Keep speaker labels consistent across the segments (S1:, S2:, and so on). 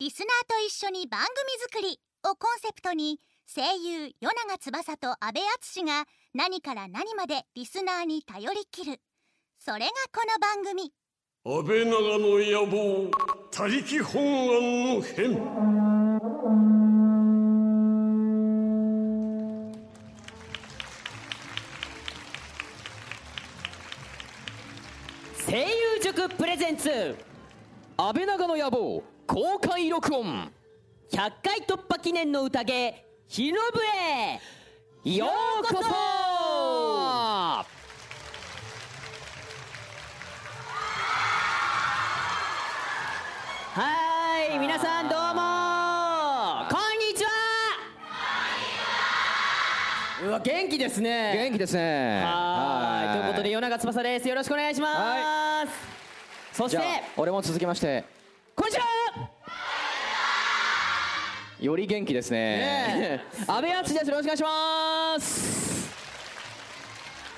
S1: リスナーと一緒に番組作り」をコンセプトに声優与永翼と阿部淳が何から何までリスナーに頼りきるそれがこの番組
S2: 安倍長の野望他力本願の変
S3: 声優塾プレゼンツ安倍長の野望公開録音100回突破記念の宴日の笛ようこそはい皆さんどうもこんにちはうわ元気ですね
S4: 元気ですね
S3: はいということで
S4: よ
S3: 夜永翼ですよろしくお願いします、
S4: は
S3: そし
S4: じ
S3: て
S4: ゃあ俺も続きまして
S3: こんにちは
S4: より元気ですね
S3: ね
S4: 阿部淳ですよろしくお願いします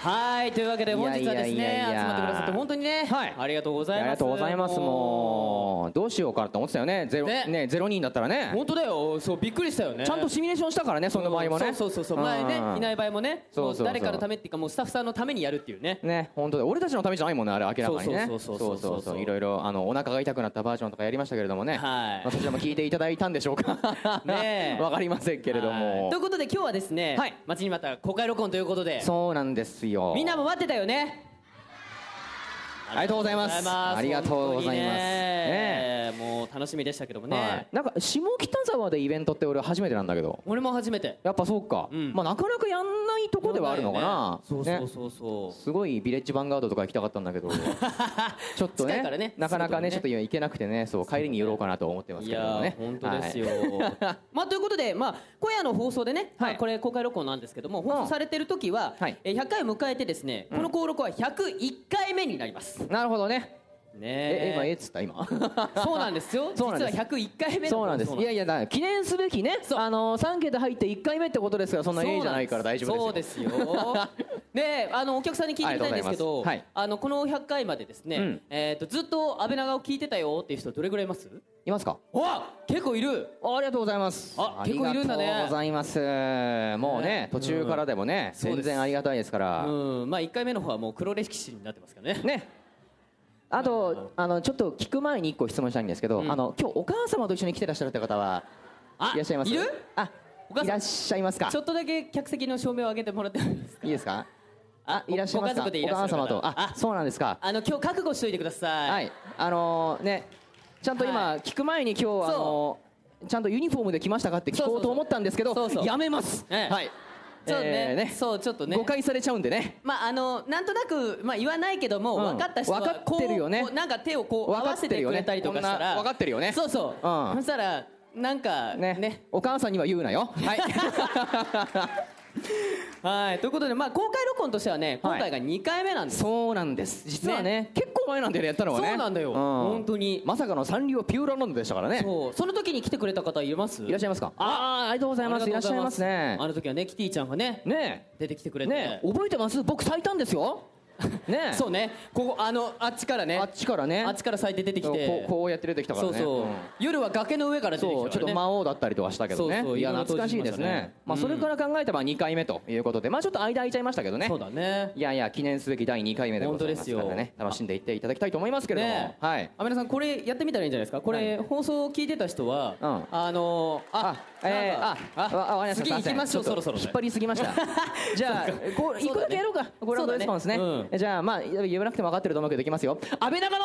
S3: はいというわけで本日はですね
S4: いやいやいやいや
S3: 集まってくださって本当にね、
S4: はい
S3: ありがとうござ
S4: あ
S3: います
S4: りがとうございますもうどうしようかと思ってたよねゼロ
S3: ね
S4: ねゼロ人だったら ね
S3: 本当だよそうびっくりしたよね
S4: ちゃんと
S3: し
S4: シミュレーションしたからねその場合もね
S3: そうそうそうそう前ね
S4: うん
S3: いない場合もね
S4: そうそうそ
S3: も
S4: う
S3: 誰かのためっていうかもうスタッフさんのためにやるっていうね
S4: ね本当で俺たちのためじゃないもんねあれ明らかにね
S3: そうそうそうそうそう
S4: そうそういろいろあのお腹が痛くなったバージョンとかやりましたけれどもね
S3: はい
S4: まあそちらも聞いていただいたんでしょうか
S3: ねえ
S4: わかりませんけれど
S3: はい
S4: も
S3: ということで今日はですね、
S4: はい
S3: 待ちに待った公開録音ということで
S4: そうなんですよ
S3: みんなも待ってたよね
S4: ありがとうございます
S3: ありがとうございます
S4: ありがとうございます
S3: ねもう楽しみでしたけどもね、
S4: はいなんか下北沢でイベントって俺初めてなんだけど
S3: 俺も初めて
S4: やっぱそうか、
S3: うん
S4: まあなかなかやんないとこではあるのかな
S3: そうそう
S4: ね
S3: そうそう、
S4: すごいヴィレッジヴァンガードとか行きたかったんだ けどちょっと
S3: 近
S4: ね
S3: いからね
S4: なかなかね
S3: す
S4: ち
S3: ぐ
S4: ょっと今行けなくてねそう帰りに寄ろうかなと思ってます
S3: い
S4: けれども
S3: や
S4: ね
S3: ー本当ですよ
S4: はい、
S3: まあということでまあ今夜の放送でね、まあ
S4: はい
S3: これ公開録音なんですけども放送されてる時は、
S4: はい
S3: えー100回を迎えてですねこの公録は101回目になりますね
S4: なるほどねええ今ええっ
S3: え
S4: つっ た今
S3: そうなんですよ実
S4: そう
S3: は
S4: なんです
S3: 101回目の
S4: そうなんです
S3: 放送
S4: いやいやだから記念すべきねあの3桁入って1回目ってことですからそんなええじゃないから大丈
S3: そ
S4: 夫
S3: う
S4: で
S3: です
S4: よ
S3: すよ。 で、あのお客さんに聞いてみたいんですけど、
S4: ありがとうございますはい
S3: あのこの100回までですね、
S4: うん
S3: えっ、とずっと安倍長を聞いてたよっていう人どれぐらいいます？
S4: いますか
S3: わ、結構いる。
S4: ありがとうございます。
S3: あ結構いるんだね
S4: ありがとうございます。もう
S3: ね
S4: ね、途中からでもね、
S3: そうです
S4: 全然ありがたいですから。
S3: うん、まあ1回目の方はもう黒歴史になってますからね。
S4: ね。あと、あの、ちょっと聞く前に一個質問したいんですけど、
S3: うん
S4: あの、今日お母様と一緒に来てらっしゃるって方は。
S3: あ
S4: いらっしゃいます。
S3: いる？
S4: あ
S3: お母、さん
S4: いらっしゃいますか
S3: ちょ。っとだけ客席の照明を上げてもらってもいいですか？
S4: いいですか。
S3: あ
S4: いらっしゃい
S3: ご
S4: ますか。
S3: 家族でいらっしゃ
S4: お母
S3: る方
S4: 様と、あ、そうなんですか。
S3: あの今日覚悟しといてください。
S4: はい、あのーね、ちゃんと
S3: は
S4: 今聞く前に今日はあのーちゃんとユニフォームで来ましたかって聞こうと思ったんですけ
S3: そうそうそ
S4: ど、
S3: う
S4: やめます。
S3: ええ
S4: はい。
S3: ちょっとね,、
S4: えー
S3: そうちょっとね。
S4: 誤解されちゃうんでね。
S3: まああのなんとなくまあ言わないけども、
S4: うん
S3: 分かった人は
S4: 分かってるよね
S3: こうこうなんか手をこう合
S4: 分か
S3: わ
S4: って
S3: せ
S4: る
S3: て
S4: よ
S3: く
S4: ね
S3: れたりとかしたら
S4: こんな分かってるよね
S3: そうそう、
S4: ん
S3: そしたらなんかね
S4: ねお母さんには言うなよ。はい。
S3: はいということでまあ公開録音としてはね今回が2回目なんです、
S4: そうなんです。実はね、結構前なんだよね、やったのはね。
S3: そうなんだよ本当に
S4: まさかのサンリオピューロランドでしたからね。
S3: そうその時に来てくれた方います
S4: いらっしゃいますか。
S3: あ
S4: あー、ありがとうございます。いらっしゃいますね
S3: あ。の時はねキティちゃんがね
S4: ね
S3: 出てきてく
S4: え、
S3: れて、
S4: ねえ、覚えてます？僕咲いたんですよ。ね え。
S3: そうねここあのあっちからね
S4: あっちからね。
S3: あっちから咲いて出てきて
S4: こうこうやって出てきたから
S3: そう
S4: ね。
S3: そう、
S4: ん
S3: 夜は崖の上から出てきた
S4: そ
S3: か
S4: う
S3: ら、ね、
S4: ちょっと魔王だったりとかしたけどね
S3: そうそう
S4: や
S3: いろいろと
S4: 懐かしいですね
S3: しましたね
S4: まあ、
S3: うん
S4: それから考えたら2回目ということで、まあ、ちょっと間空いちゃいましたけどね
S3: そうだね
S4: いやいや記念すべき第2回目でございますから
S3: 本当です
S4: ね
S3: よ
S4: 楽しんでいっていただきたいと思いますけれども、
S3: ねえ
S4: はい
S3: アメラさんこれやってみたらいいんじゃないですかこれ、放送を聞いてた人は、
S4: うん
S3: あのー、
S4: あ、えー、あ、あ、あ、わかりました。
S3: 次行きましょう
S4: ちっ
S3: そ
S4: と
S3: ろそろね
S4: 引っ張りすぎ ました。じゃあ、こう、
S3: そうだね
S4: 一個だけやろうか。ご覧のレスポンスね
S3: そうだね。
S4: じゃあ、まあ、言わなくても分かってると思うけど、いきますよ。安倍長の。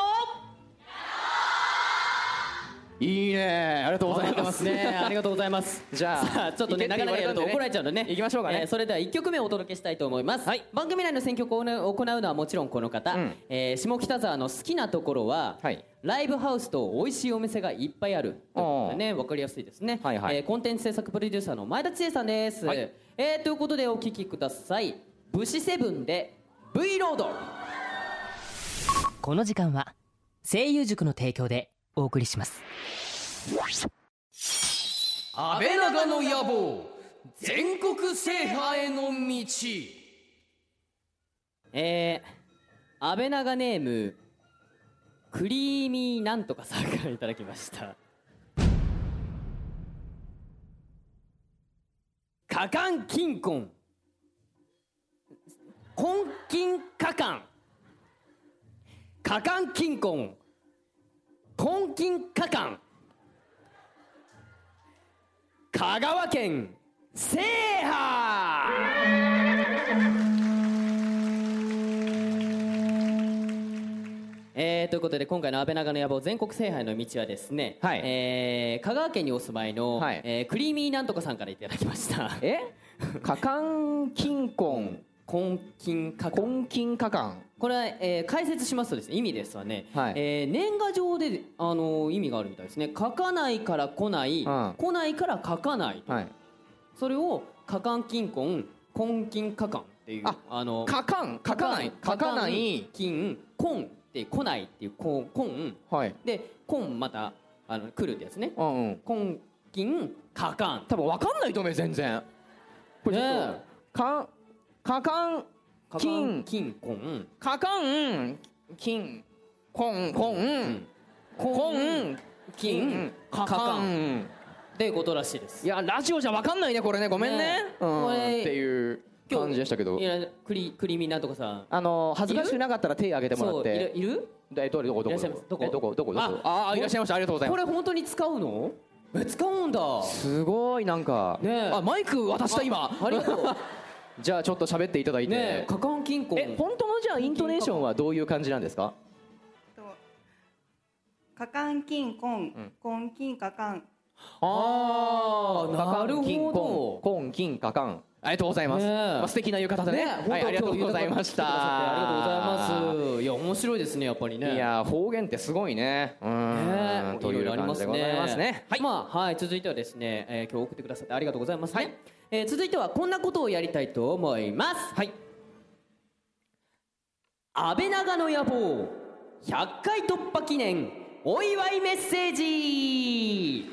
S4: いいね、ありがとうご
S3: 頑張
S4: ざい
S3: って
S4: ま。
S3: ますすねありがとうございます
S4: じゃあ
S3: さちょっとね
S4: 行け
S3: 長
S4: って
S3: 々やると
S4: 言
S3: 怒
S4: われたんでね
S3: られちゃうのでね
S4: 行きましょうかね
S3: それでは1曲目をお届けしたいと思います、番組内の選曲を行う行うのはもちろんこの方、
S4: うん
S3: えー下北沢の好きなところは、
S4: はい
S3: ライブハウスと美味しいお店がいっぱいあるということでね分かりやすいですね、
S4: はいはい
S3: えーコンテンツ制作プロデューサーの前田知恵さんです、
S4: はい
S3: えーということでお聴きください「武士セブン」で「V ロード」
S5: この時間は声優塾の提供でお送りします
S3: 安倍長の野望全国制覇への道えー、安倍長ネームクリーミーなんとかさんからいただきましたカカンキンコンコンキンカカンカカンキンコンコンキンカカン香川県制覇えー、ということで今回の安倍長の野望全国制覇への道はですね、
S4: はい
S3: えー香川県にお住まいの、
S4: はい
S3: えークリーミーなんとかさんからいただきました
S4: え カカンキンコン
S3: 根金加
S4: コ
S3: 工
S4: ンキンカカン
S3: これは、えー解説しますとですね意味ですわね、
S4: はい
S3: えー年賀状で、あのー意味があるみたいですね書かないから来ない、
S4: うん
S3: 来ないから書かない
S4: はい
S3: それを加冠金婚根金加冠っていう
S4: あ
S3: の
S4: カカン書かない書かない
S3: 金婚って来ないっていうこう婚
S4: はい
S3: で婚またあの来るってやつね
S4: うんうん
S3: 根金加冠
S4: 多分わかんないと思うよ全然これちょっと、
S3: ね
S4: かんカカン
S3: 加冠
S4: 金
S3: 金婚
S4: カカン金コンコンコン金カカン
S3: っていうことらしいです
S4: いやラジオじゃわかんないねこれねごめんね
S3: ね
S4: うん
S3: こ
S4: っ
S3: れ
S4: ていう感じでしたけど
S3: いやクリクリミナとかさ
S4: あの恥ずかしくなかったら手挙げてもらっ
S3: そうい
S4: て
S3: るいる
S4: えどれどこど
S3: いら
S4: こ
S3: っしゃいますどこ
S4: えどこどこどこ
S3: あ
S4: ああいらっしゃいましたありがとうござい
S3: こ
S4: ます
S3: れ本当に使うのえ使うんだ
S4: すごいなんか
S3: ねえ
S4: あマイク渡した今
S3: ありがとう
S4: じゃあちょっと喋っていただい
S3: ねえ
S4: て
S3: カカン金庫
S4: え本当のじゃあイントネーションはどういう感じなんですか
S6: とカカンキンコン、コンキンカカン。
S3: あーなるほど
S4: コン金カカンありがとうございます、
S3: ねえ
S4: まあ、素敵な浴衣でねはい、ありがとうございました
S3: ありがとうございますいや面白いですねやっぱりね
S4: いや方言ってすごいねうーん、
S3: ね
S4: という感じでございますね
S3: はい、まあ、はい、続いてはですね、えー今日送ってくださってありがとうございますね。えー続いてはこんなことをやりたいと思います。はい。安倍長の野望100回突破記念お祝いメッセージ。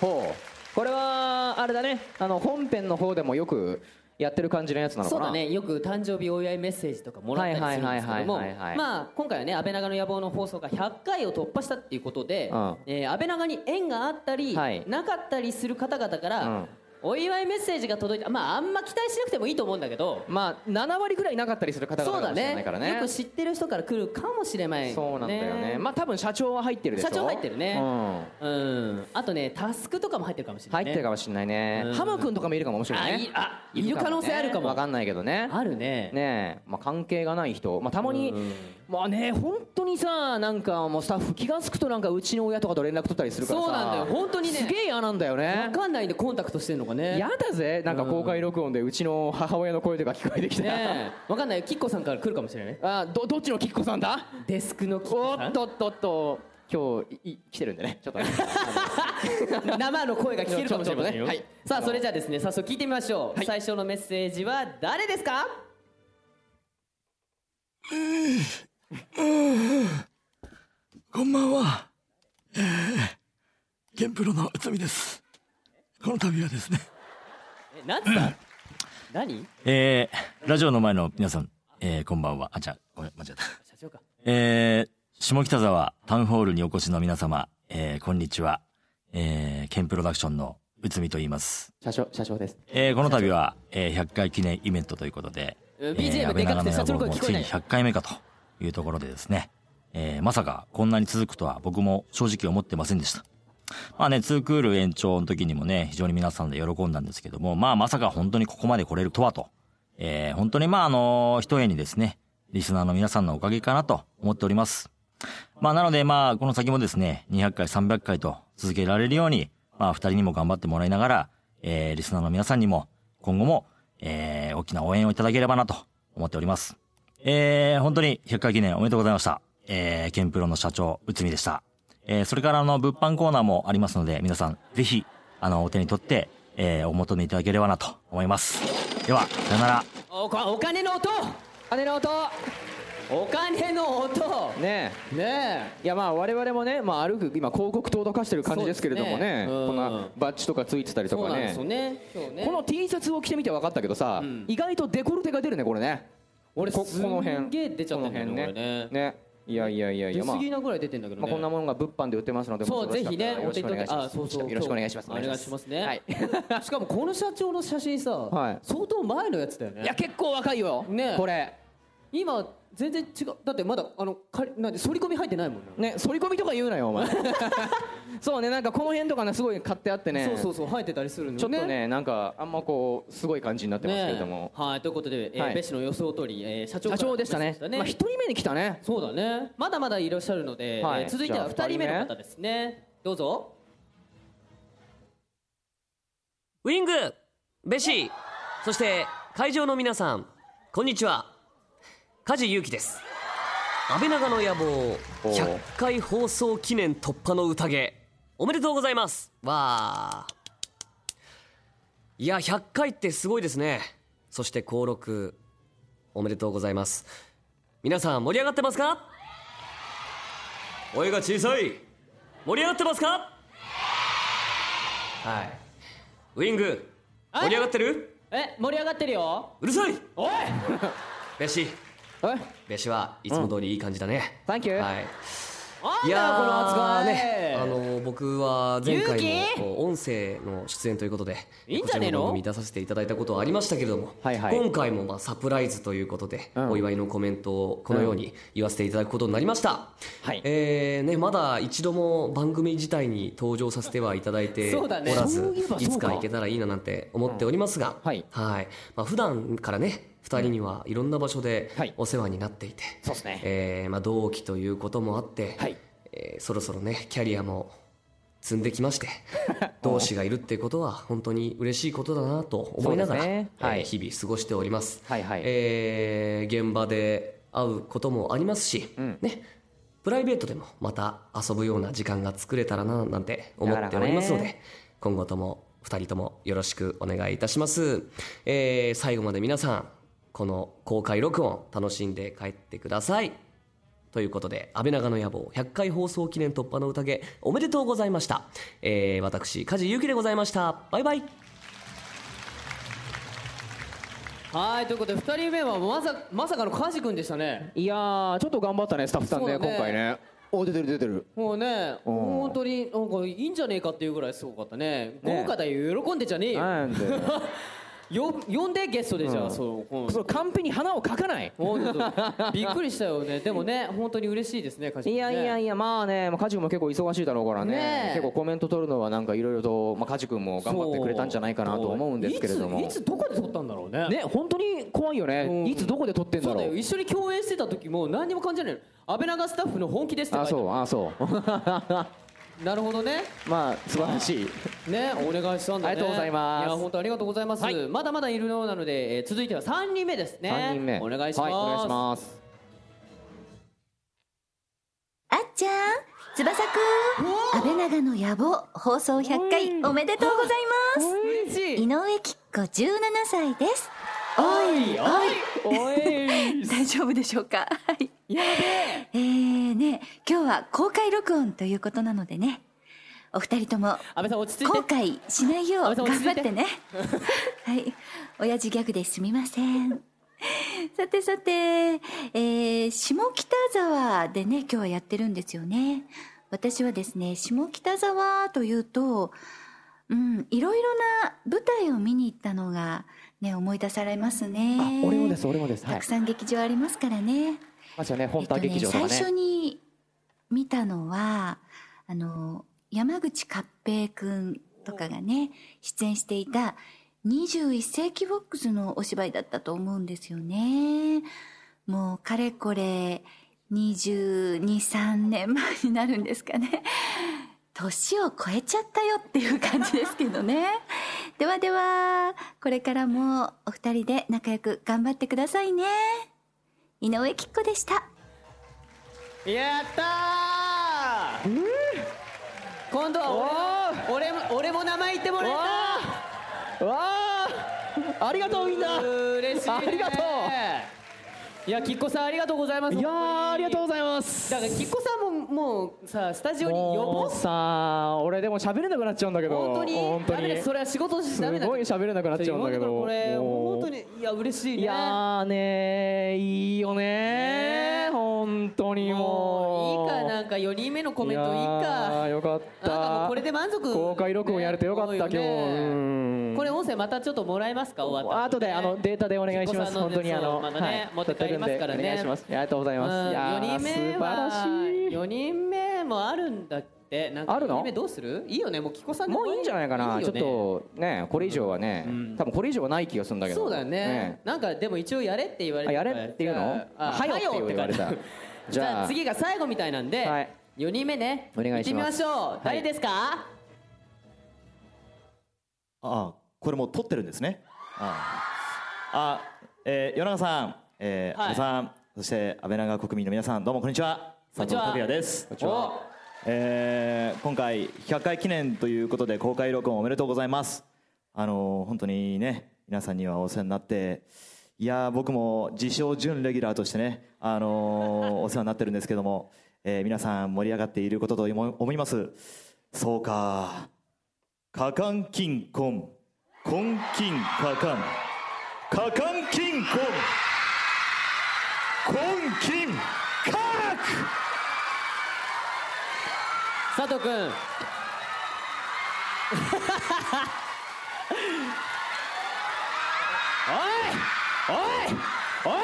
S4: ほうこれはあれだねあの本編の方でもよくやってる感じのやつなの
S3: そ
S4: か
S3: う
S4: な
S3: だねよく誕生日お祝いメッセージとかもらったりするんですけども
S4: はいはいはいはいはい
S3: まあ今回はね安倍長の野望の放送が100回を突破したっていうことで、
S4: うん
S3: えー安倍長に縁があったり、
S4: はい
S3: なかったりする方々から、
S4: うん
S3: お祝いメッセージが届いたまああんま期待しなくてもいいと思うんだけど
S4: まあ7割ぐらいなかったりする方々
S3: そう
S4: か
S3: だ
S4: もしれ
S3: ね
S4: ないからね
S3: よく知ってる人から来るかもしれない
S4: そうなんだよねまあ多分社長は入ってるでしょ
S3: 社長入ってるね
S4: うん
S3: うんあとねタスクとかも入ってるかもしれな
S4: 入
S3: い、
S4: っ
S3: ね、
S4: てるかもしれないね、
S3: うん
S4: ハム君とかもいるかももしれない
S3: あ
S4: ね
S3: いあいる可能性あるかも
S4: わかんないけどね
S3: あるね
S4: ねえ、まあ、関係がない人、まあ、たまに、
S3: うん
S4: まあね本当にさなんかもうスタッフ気が付くとなんかうちの親とかと連絡取ったりするからさ
S3: そうなんだよ本当にね
S4: すげえ嫌なんだよね
S3: わかんないんでコンタクトしてるのかね
S4: 嫌だぜなんか公開録音でうちの母親の声とか聞こえてきて、
S3: ねえわかんないよキッコさんから来るかもしれないね
S4: あどどっちのキッコさんだ
S3: デスクのキッコ
S4: お
S3: さ
S4: っ
S3: ん
S4: とっとっと今日いい来てるんで ねちょっとね
S3: 生の声が聞けるかもしれませんよ、
S4: はい
S3: さあそれじゃあですね早速聞いてみましょう、最初のメッセージは誰ですか
S2: こんばんは。えー、ゲンプロの内海です。この度はですね。
S3: えなんつった何
S7: えー、ラジオの前の皆さん、えー、こんばんは。あ、じゃあ、ごめん、間違えた。
S3: 社長か
S7: えー、下北沢タウンホールにお越しの皆様、えー、こんにちは。えー、ケンプロダクションの内海と言います。
S4: 社長社長です
S7: えー、この度は、えー、100回記念イベントということで、
S3: えー
S7: え
S3: BGM
S7: ー安倍長
S3: でかく
S7: の
S3: て社長の
S7: 野
S3: 声
S7: 望も
S3: 聞こ
S7: つ
S3: え
S7: い
S3: ない
S7: に100回目かというところでですね、えー、まさかこんなに続くとは僕も正直思ってませんでした。まあね、ツークール延長の時にもね、非常に皆さんで喜んだんですけども、まあまさか本当にここまで来れるとはと。えー本当にまああの、一重にですね、リスナーの皆さんのおかげかなと思っております。まあなのでまあこの先もですね、200回、300回と続けられるように、まあ二人にも頑張ってもらいながら、えーリスナーの皆さんにも今後も、えー大きな応援をいただければなと思っております。えー本当に100回記念おめでとうございました。えーケンプロの社長、内海でした。えーそれからあの、物販コーナーもありますので、皆さん、ぜひ、あの、お手に取って、えーお求めいただければなと思います。では、さよなら。
S3: おお金の音
S4: 姉の音
S3: お金の音
S4: ねえ
S3: ね
S4: いやまあ我々もね、まあ、歩く今広告塔と化してる感じですけれど
S3: そう
S4: もね
S3: ですねうん
S4: こんなバッジとかついてたり
S3: え
S4: と
S3: そう
S4: か
S3: なんで
S4: ね
S3: すよね今日ね
S4: この T シャツを着てみて分かったけどさ、
S3: ん
S4: 意外とデコルテが出るねこれね
S3: 俺
S4: こ
S3: すん
S4: この辺
S3: げえ出ちゃってるんだよね
S4: この辺
S3: これね
S4: ねいやいやいやい
S3: 出
S4: や、まあ
S3: 過、ぎなぐらい出てんだけど
S4: まあ
S3: ね
S4: こんなものが物販で売ってますので、
S3: そう
S4: もし
S3: ぜ
S4: よろ
S3: ひ
S4: しか
S3: ね
S4: ったらよろしくお願いします。
S3: そうそう
S4: よろしくお願いします。
S3: お願いしますね
S4: はい。
S3: しかもこの社長の写真さ、
S4: はい
S3: 相当前のやつだよ
S4: いや
S3: ね
S4: 結構若いよ。
S3: ね
S4: これ。
S3: 今全然違うだってまだあのかなんで反り込み入ってないもんね
S4: ね、反り込みとか言うなよお前そうねなんかこの辺とかねすごい買ってあってね
S3: そうそうそう生えてたりするの
S4: ちょっとねなんかあんまこうすごい感じになってますけれども、
S3: はいということで、えー
S4: はい
S3: ベシの予想通り、えー社長か
S4: 社
S3: ら
S4: 長でしたねまあ一人目に来たね
S3: そうだねまだまだいらっしゃるので、
S4: はい
S3: えー続いては
S4: じゃ
S3: 二
S4: あ
S3: 人目の
S4: 二人目
S3: 方ですねどうぞ
S2: ウィングベシーそして会場の皆さんこんにちは梶裕貴です安倍長の野望
S4: おう
S2: 100回放送記念突破の宴おめでとうございますわあいや100回ってすごいですねそして登録おめでとうございます皆さん盛り上がってますか声が小さい盛り上がってますかはいウィング
S3: はい
S2: 盛り上がってる
S3: え盛り上がってるよ
S2: うるさい
S3: おい
S2: ベシ
S4: え
S2: ベシはいつも通りいい感じだね、
S4: Thank you
S2: はい
S3: あんだよ
S2: いやー
S3: こ
S2: こ
S3: の
S2: の
S3: 扱
S2: 扱
S3: い
S2: いねあの僕は前
S3: ゆう
S2: 回
S3: き
S2: の音声の出演ということで
S3: いいんじゃねえの
S2: こちら番組出させていただいたことはありましたけれども、
S4: はいはい
S2: 今回もまあサプライズということで、
S4: うん
S2: お祝いのコメントをこのように言わせていただくことになりました、
S4: はい
S2: えーね、まだ一度も番組自体に登場させてはいただいて
S3: そ
S2: お
S3: うだね
S2: らず、
S3: そういえばそうか
S2: いつか行けたらいいななんて思っておりますが、
S4: はい
S2: まあ、普段からね2人にはいろんな場所で
S4: はい
S2: お世話になっていて、
S4: そうっすね
S2: えーまあ、同期ということもあって、
S4: はい
S2: えーそろそろねキャリアも積んでき まして同志がいるってことは本当に嬉しいことだなと思いながら、
S4: そうですねはい
S2: えー日々過ごしております、
S4: はいはい
S2: えー現場で会うこともありますし、
S4: ん
S2: ねプライベートでもまた遊ぶような時間が作れたらななんて思っておりますので、
S4: なかなかね
S2: 今後とも2人ともよろしくお願いいたします、えー最後まで皆さんこの公開録音楽しんで帰ってくださいということで「安倍長の野望100回放送記念突破の宴」おめでとうございました、えー私梶裕貴でございましたバイバイ
S3: はいということで二人目はまさまさかの梶君でしたね
S4: いやーちょっと頑張ったねスタッフさんね
S3: そうだね
S4: 今回ねお出てる出てる
S3: もうね
S4: うん
S3: 本当になんかいいんじゃねえかっていうぐらいすごかったね
S4: ね
S3: 豪華だよ喜んでじゃねえよ
S4: なんで
S3: よ呼んでゲストでじゃあ、
S4: うん
S3: そうこの
S4: そのカンペに花を描かない
S3: もうちょっとびっくりしたよ ねでもね本当に嬉しいですね梶
S4: い
S3: 君ね
S4: やいやいやまあねまあ梶君も結構忙しいだろうからね
S3: ねえ
S4: 結構コメント取るのはなんかいろいろとまあ梶君も頑張ってくれたんじゃないかなと思うんですけれども
S3: いついつどこで撮ったんだろう ね
S4: ね本当に怖いよね、
S3: うん
S4: いつどこで撮ってん
S3: そ
S4: だ
S3: うだ
S4: ろ
S3: よ
S4: う
S3: 一緒に共演してた時も何にも感じないの安倍長スタッフの本気ですって書い
S4: あ
S3: てあ
S4: そうあそう
S3: るなるほどね
S4: まあ素晴らしい
S3: ねお願いしたんだね
S4: ありがとうございます
S3: いや本当ありがとうございます、
S4: はい
S3: まだまだいるようなので、えー続いては三人目ですね
S4: 三人目
S3: お願いします,、
S4: はい、お願いします
S8: あっちゃん翼くん安倍長の野望放送100回おめでとうございます
S3: 嬉し
S8: 井上貴子17歳ですおい
S4: おい
S8: 大丈夫でしょうか はい
S4: やべ
S8: えーね今日は公開録音ということなのでねお二人とも
S3: 安倍さん落ち着い
S8: 後
S3: て
S8: 悔しないよう
S3: 安倍
S8: 頑
S3: さん落ち着
S8: 張
S3: い
S8: っててね はい親父ギャグですみませ んさてさて、えー下北沢でね今日はやってるんですよね私はですね下北沢というとうんいろいろな舞台を見に行ったのがね思い出されますね
S4: あ俺もです俺もですは
S8: た
S4: い
S8: くさん劇場ありますからね、
S4: まずはね本田劇場とか
S8: え
S4: ね,、
S8: っとね、最初に見たのはあの山口勝平くんとかがね出演していた21世紀フォックスのお芝居だったと思うんですよねもうかれこれ223年前になるんですかね年を超えちゃったよっていう感じですけどね ではではこれからもお二人で仲良く頑張ってくださいね井上貴子でした
S3: やったー、今度は俺も俺も俺も名前言ってもらえ
S4: うわあありがとう みん
S3: た
S4: な
S3: 嬉しいね
S4: ありがと
S3: いやきっこさんありがとうございます
S4: ういやーありがとうございま
S3: だ
S4: す
S3: からきっこさんももうさスタジオに呼
S4: も
S3: ぼ
S4: う
S3: う
S4: さあ俺でも喋れなくなっちゃうんだけど
S3: 本当に
S4: 本当
S3: ダメだ
S4: に
S3: よそれは仕事し
S4: す
S3: ダメだ
S4: ごい喋れなくなっちゃうんだけど
S3: これ
S4: も
S3: 本
S4: う
S3: 当にいや嬉しいね
S4: いやーねーいいよねー本当にもう
S3: いいかなんか4人目のコメントいい
S4: や
S3: か
S4: ーよかった
S3: なんかもうこれで満足
S4: 公開録音やれてよかった、今日うん
S3: これ音声またちょっともらえますか終わった
S4: 後であのデータでお願いしま
S3: お子さ
S4: す
S3: んの
S4: 本当に
S3: そ
S4: あ
S3: う
S4: の、
S3: まだね
S4: はい
S3: 持って帰りますからね
S4: 取ってくるんでお願いしますありがとうございます、いや
S3: 4
S4: ー
S3: 人目
S4: 素晴らし
S3: はい4人目もあるんだってなんか
S4: あるの
S3: 4人目どうするいいよねもうキコさん
S4: もういいんじゃないかな
S3: よ
S4: ちょっ
S3: ね
S4: とねこれ以上はね、多分これ以上はない気がするんだけど
S3: そうだよねなんかでも一応やれって言われ
S4: あ
S3: て
S4: やれっていうの
S3: あ
S4: はよって 言われた
S3: はよって感じ
S4: じ
S3: じ
S4: ゃあ
S3: ゃあ次が最後みたいなんで、4人目ね
S4: お願いします
S3: 行ってみましょう、
S4: はい
S3: 誰ですか
S7: あこれもう撮ってるんですねああえー、与永さん、えー
S3: はい
S7: 安倍さんそして安倍長国民の皆さんどうもこんにちは
S3: こんにち
S7: 佐藤
S3: は
S7: 拓也です
S3: こんにちはお
S7: えー今回100回記念ということで公開録音おめでとうございますあのー本当にね皆さんにはお世話になっていやー僕も自称準レギュラーとしてね、あのーお世話になってるんですけども、 えー皆さん盛り上がっていることと思思いますそうかカカンキンコンコンキンカカンカカンキンコンコンキンカーク
S3: 佐藤君おいおいお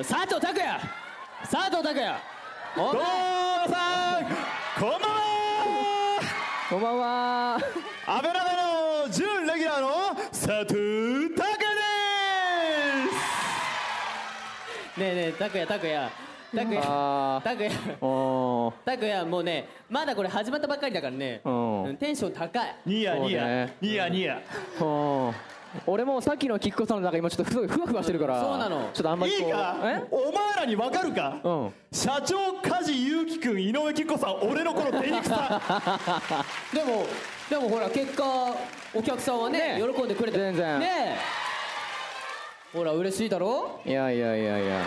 S3: い佐藤拓也佐藤拓也お前
S7: さんこんばんは
S4: こんば んは
S7: 安倍長の準レギュラーの佐藤拓也です
S3: ねえねえ拓也拓也拓也
S4: あ
S3: 拓也
S4: おー
S3: 拓也もうねまだこれ始まったばっかりだからね
S4: うん
S3: うんテンション高い
S7: ニヤ
S4: そう
S7: ニヤ
S4: ね
S7: ニヤニヤ
S4: うん俺もうさっきのキッコさんの中今ちょっとふわふわふわしてるから
S7: そうなの
S4: ちょっとあんまり
S7: いい
S4: こう
S7: かお前らに分かるか、社長梶裕貴君井上貴子さん俺のこの手肉さ
S3: でもでもほら結果お客さんはね喜んでくれて全
S4: 然
S3: ねえほら嬉しいだろ
S4: いやいやいやいや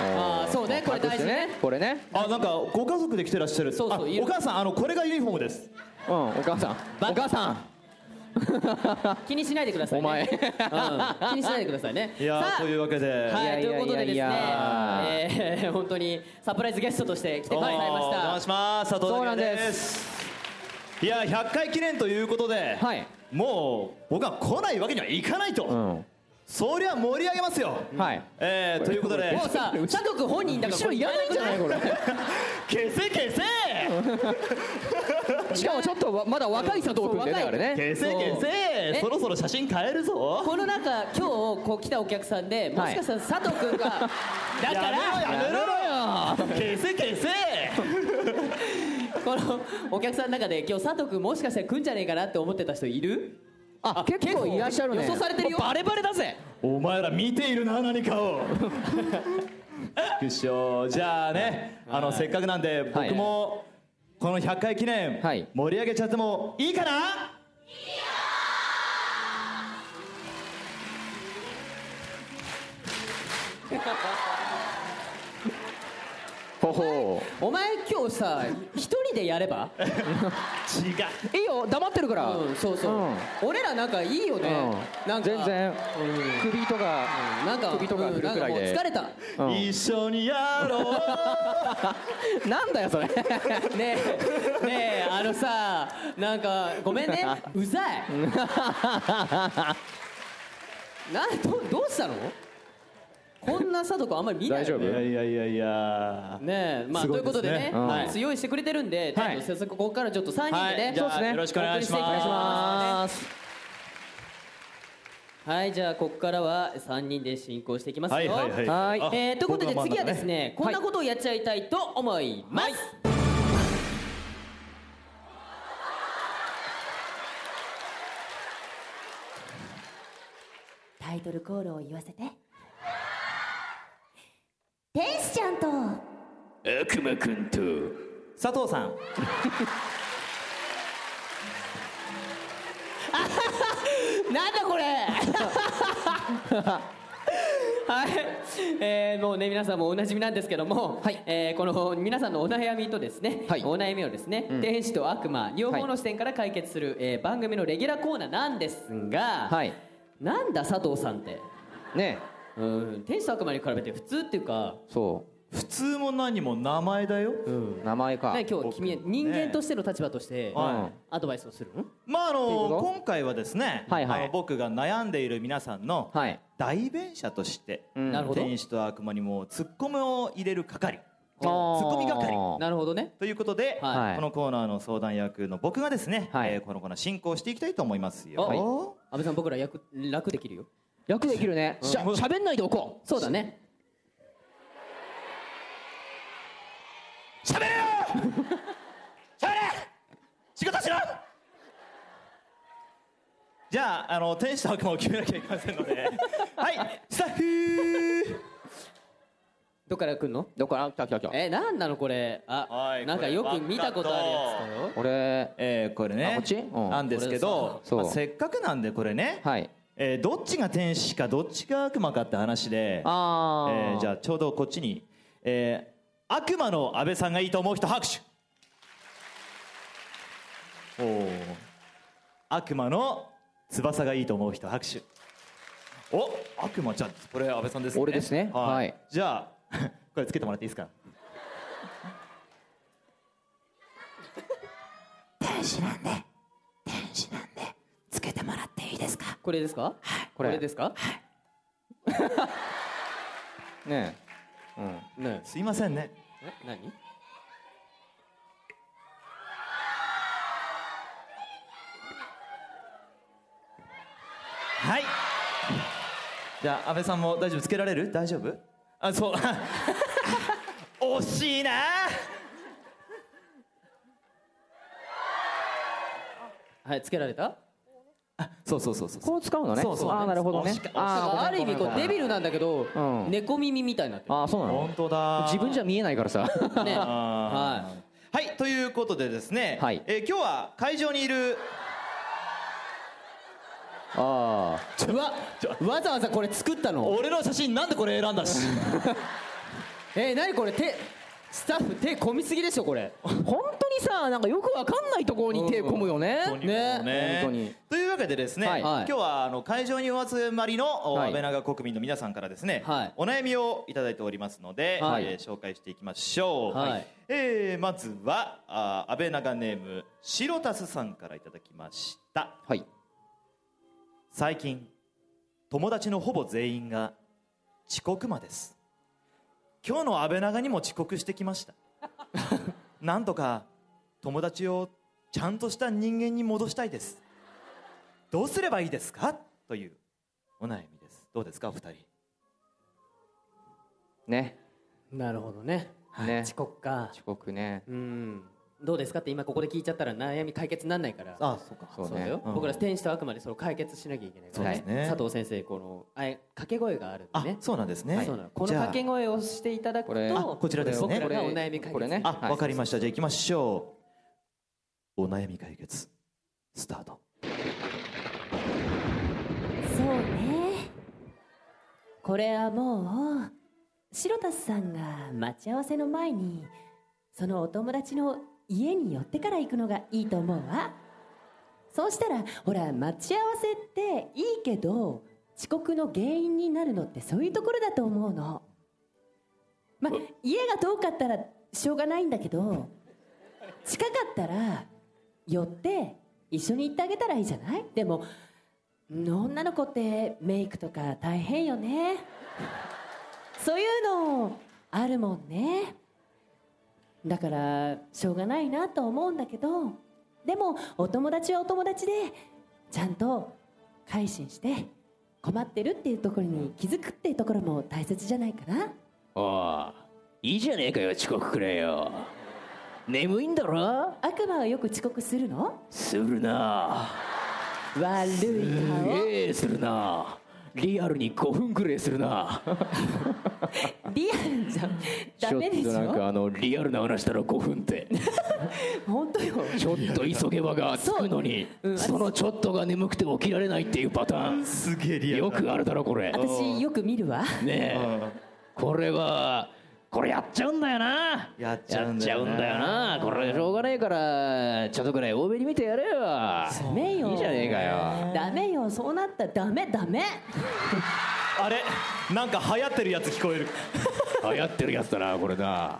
S3: あーそうねこれ大事ね
S4: これね
S7: あなんかご家族で来てらっしゃる
S4: そうそういる
S7: あお母さんあのこれがユニフォームです
S4: うんお母さんお母さん
S3: 気にしないでくださいね
S4: お前
S3: うん気にしないでくださいね
S7: いやーというわけで
S3: はい、ということでですね、
S7: え
S3: えー 本当にサプライズゲストとして来てくださいました。
S7: お邪魔します佐藤
S3: そうなん
S7: 健
S3: で
S7: ですすいや100回記念ということで、もう僕は来ないわけにはいかないと、そりゃ盛り上げますよ、
S4: はい
S7: えーということで
S3: もうさ、佐藤君本人だから、
S4: 後ろいらないんじゃないこれ
S7: 消せ消せ
S4: しかもちょっとわまだ若い佐藤君でねあれね
S7: 消せ消せそろそろ写真変えるぞ
S3: この中、今日こう来たお客さんで、もしかしたら佐藤君が、だから、
S7: やめろよ消せ消せ
S3: このお客さんの中で、今日佐藤君もしかしたら来んじゃねえかなって思ってた人いるあ結構いらっしゃる
S7: ね
S3: 予想されてるよ。バレバレだぜ。
S7: お前ら見ているな何かをくっしょじゃあねあのせっかくなんで僕もこの100回記念盛り上げちゃってもいいか
S4: ほほ
S3: お前今日さ一人でやれば
S4: 違ういいよ黙ってるから
S3: そうそう、
S4: うん
S3: 俺らなんかいいよね、
S4: うん
S3: なんか
S4: 全然首とか
S3: なんか
S4: 首とか振るくらい
S3: うん
S4: で
S3: なんかも
S4: う疲れ
S7: 一緒にやろ
S4: う なんだよそ れ
S3: ねえねえあのさなんかごめん ねうざいなどどうしたのこんな佐藤君あんまり見ないよね
S7: いやいやいやいや
S3: ねえまあ、
S7: す
S3: と
S7: ご
S3: いうことでね、
S7: うん
S3: はい用意してくれてるんで、ちょっと早速ここからちょっと3人でね、
S7: はいじゃあそうですねよろしくお願いしま
S3: お送
S7: す
S3: りていきますはいじゃあここからは3人で進行していきますよ
S7: はいはいはいはい
S3: えー
S7: あ
S3: ということで
S7: 僕はまだ
S3: 次は
S7: ね
S3: ですねこんなことをやっちゃいたいと思います、
S9: タイトルコールを言わせて天使ちゃんと
S7: 悪魔くんと佐藤さん
S3: なんだこれはい、えーもうね皆さんもおなじみなんですけども、えーこの皆さんのお悩みとですね、お悩みをですね、天使と悪魔両方の視点から解決する、えー番組のレギュラーコーナーなんですが、なんだ佐藤さんってねうん天使と悪魔に比べて普通っていうか
S7: そう普通も何も名前だよ、名前
S3: ね今日君人間としての立場として、
S7: はい
S3: アドバイスをするの
S7: まああ
S3: いうこ
S7: の
S3: と
S7: 今回はですね、
S3: はいはい
S7: あの僕が悩んでいる皆さんの代弁者として、
S3: んなるほど
S7: 天使と悪魔にもツッコミを入れる係ツ
S3: ー
S7: ッコミ係
S3: なるほどね
S7: ということで、
S3: はい
S7: このコーナーの相談役の僕がですね、えーこのコーナー進行していきたいと思いますよ、
S3: はい安倍さん僕ら役楽できるよ楽できるね
S7: しゃ
S3: 喋んないでおこうそうだね
S10: 喋 れよ喋れ仕事しろ
S7: じゃああの天使と悪魔を決めなきゃいけませんの ではいスタッフ
S3: どっから来んのどっから来た来た来たえなんなのこれあなんかよく見たことあるやつだよ
S7: 俺、えーこれね
S3: あこっちうん
S7: なんですけど
S3: これさ、そう
S7: まあせっかくなんでこれね、えーどっちが天使かどっちが悪魔かって話で、
S3: あー
S7: えーじゃあちょうどこっちに、えー悪魔の安倍さんがいいと思う人拍手おー悪魔の翼がいいと思う人拍手お悪魔じゃあこれ安倍さんですね
S4: 俺ですね
S7: はい、
S4: はい
S7: じゃあこれつけてもらっていいですか
S10: 天使なんで天使なんでつけてもらっていいですか
S3: これですかこれですか
S7: ねえ、ねすいませんね
S3: え何
S7: はいじゃあ安倍さんも大丈夫つけられる大丈夫あそう 惜しいな
S3: はいつけられた
S7: そうそうそうそう
S4: こう使うのね
S3: そうそう
S4: あーなるほどね
S3: 惜しか
S4: あー
S3: ある意味こうデビルなんだけど
S4: うん
S3: 猫耳みたいになってる
S4: あーそうなの
S7: 本当だ
S4: 自分じゃ見えないからさ
S3: ね
S7: はい、はい、ということでですね、えー今日は会場にいる
S3: ああわわざわざこれ作ったの
S7: 俺の写真なんでこれ選んだし
S3: え何これ手スタッフ手込みすぎでしょこれ
S4: 本当にさなんかよくわかんないところに手込むよね
S7: 本当にもうね というわけでですね、
S4: はいはい
S7: 今日はあの会場にお集まりの、お
S4: はい
S7: 安倍長国民の皆さんからですね、お悩みをいただいておりますので、
S4: はい
S7: えー紹介していきましょう、
S4: はい
S7: えーまずはあー安倍長ネームシロタスさんからいただきました、最近友達のほぼ全員が遅刻魔です今日の安倍長にも遅刻してきました なんとか友達をちゃんとした人間に戻したいですどうすればいいですかというお悩みですどうですかお二人
S4: ね
S3: なるほどね
S4: ね
S3: 遅刻か
S4: 遅刻ね
S3: うんどうですかって今ここで聞いちゃったら悩み解決にならないから
S7: あそうか
S3: そう
S4: そうね
S3: だよ、
S4: うん
S3: 僕ら天使とあくまでそれを解決しなきゃいけないか
S4: そう
S3: ら、
S4: ですね
S3: 佐藤先生このあえ掛け声があるんでね
S7: そうなんですね
S3: はいそうなのこの掛け声をしていただく
S7: これあ
S3: と
S7: こちらですね
S3: 僕らがお悩み解決
S7: あわ、かりましたじゃあ行きましょうお悩み解決スタート
S11: そうねこれはもう白田さんが待ち合わせの前にそのお友達の家に寄ってから行くのがいいと思うわそうしたらほら待ち合わせっていいけど遅刻の原因になるのってそういうところだと思うのまあ家が遠かったらしょうがないんだけど近かったら寄って一緒に行ってあげたらいいじゃないでも女の子ってメイクとか大変よねそういうのあるもんねだからしょうがないなと思うんだけどでもお友達はお友達でちゃんと改心して困ってるっていうところに気づくっていうところも大切じゃないかな
S12: おいいいじゃねえかよ遅刻くれよ眠いんだろ
S11: 悪魔はよく遅刻するの
S12: するな
S11: 悪い
S12: すげえするな
S4: リアルに5分ぐらいするな
S3: リアルじゃんダメでし
S4: ちょっとなんか
S3: ょ
S4: あのリアルな話したら5分って
S3: 本当よ
S4: ちょっと急げばがつくのにそ,、のちょっとが眠くて起きられないっていうパターンすげえリアルよくあるだろこれ
S3: 私よく見るわ
S4: ねえこれはこれやっちゃうんだよな
S7: やっ
S4: ちゃうんだよなこれしょうがねえからちょっとぐらい多めに見てやれよダ
S3: メよ
S4: いいじゃねえかよ
S3: ダメよそうなったらダメダメ
S7: あれなんか流行ってるやつ聞こえる
S4: 流行ってるやつだなこれな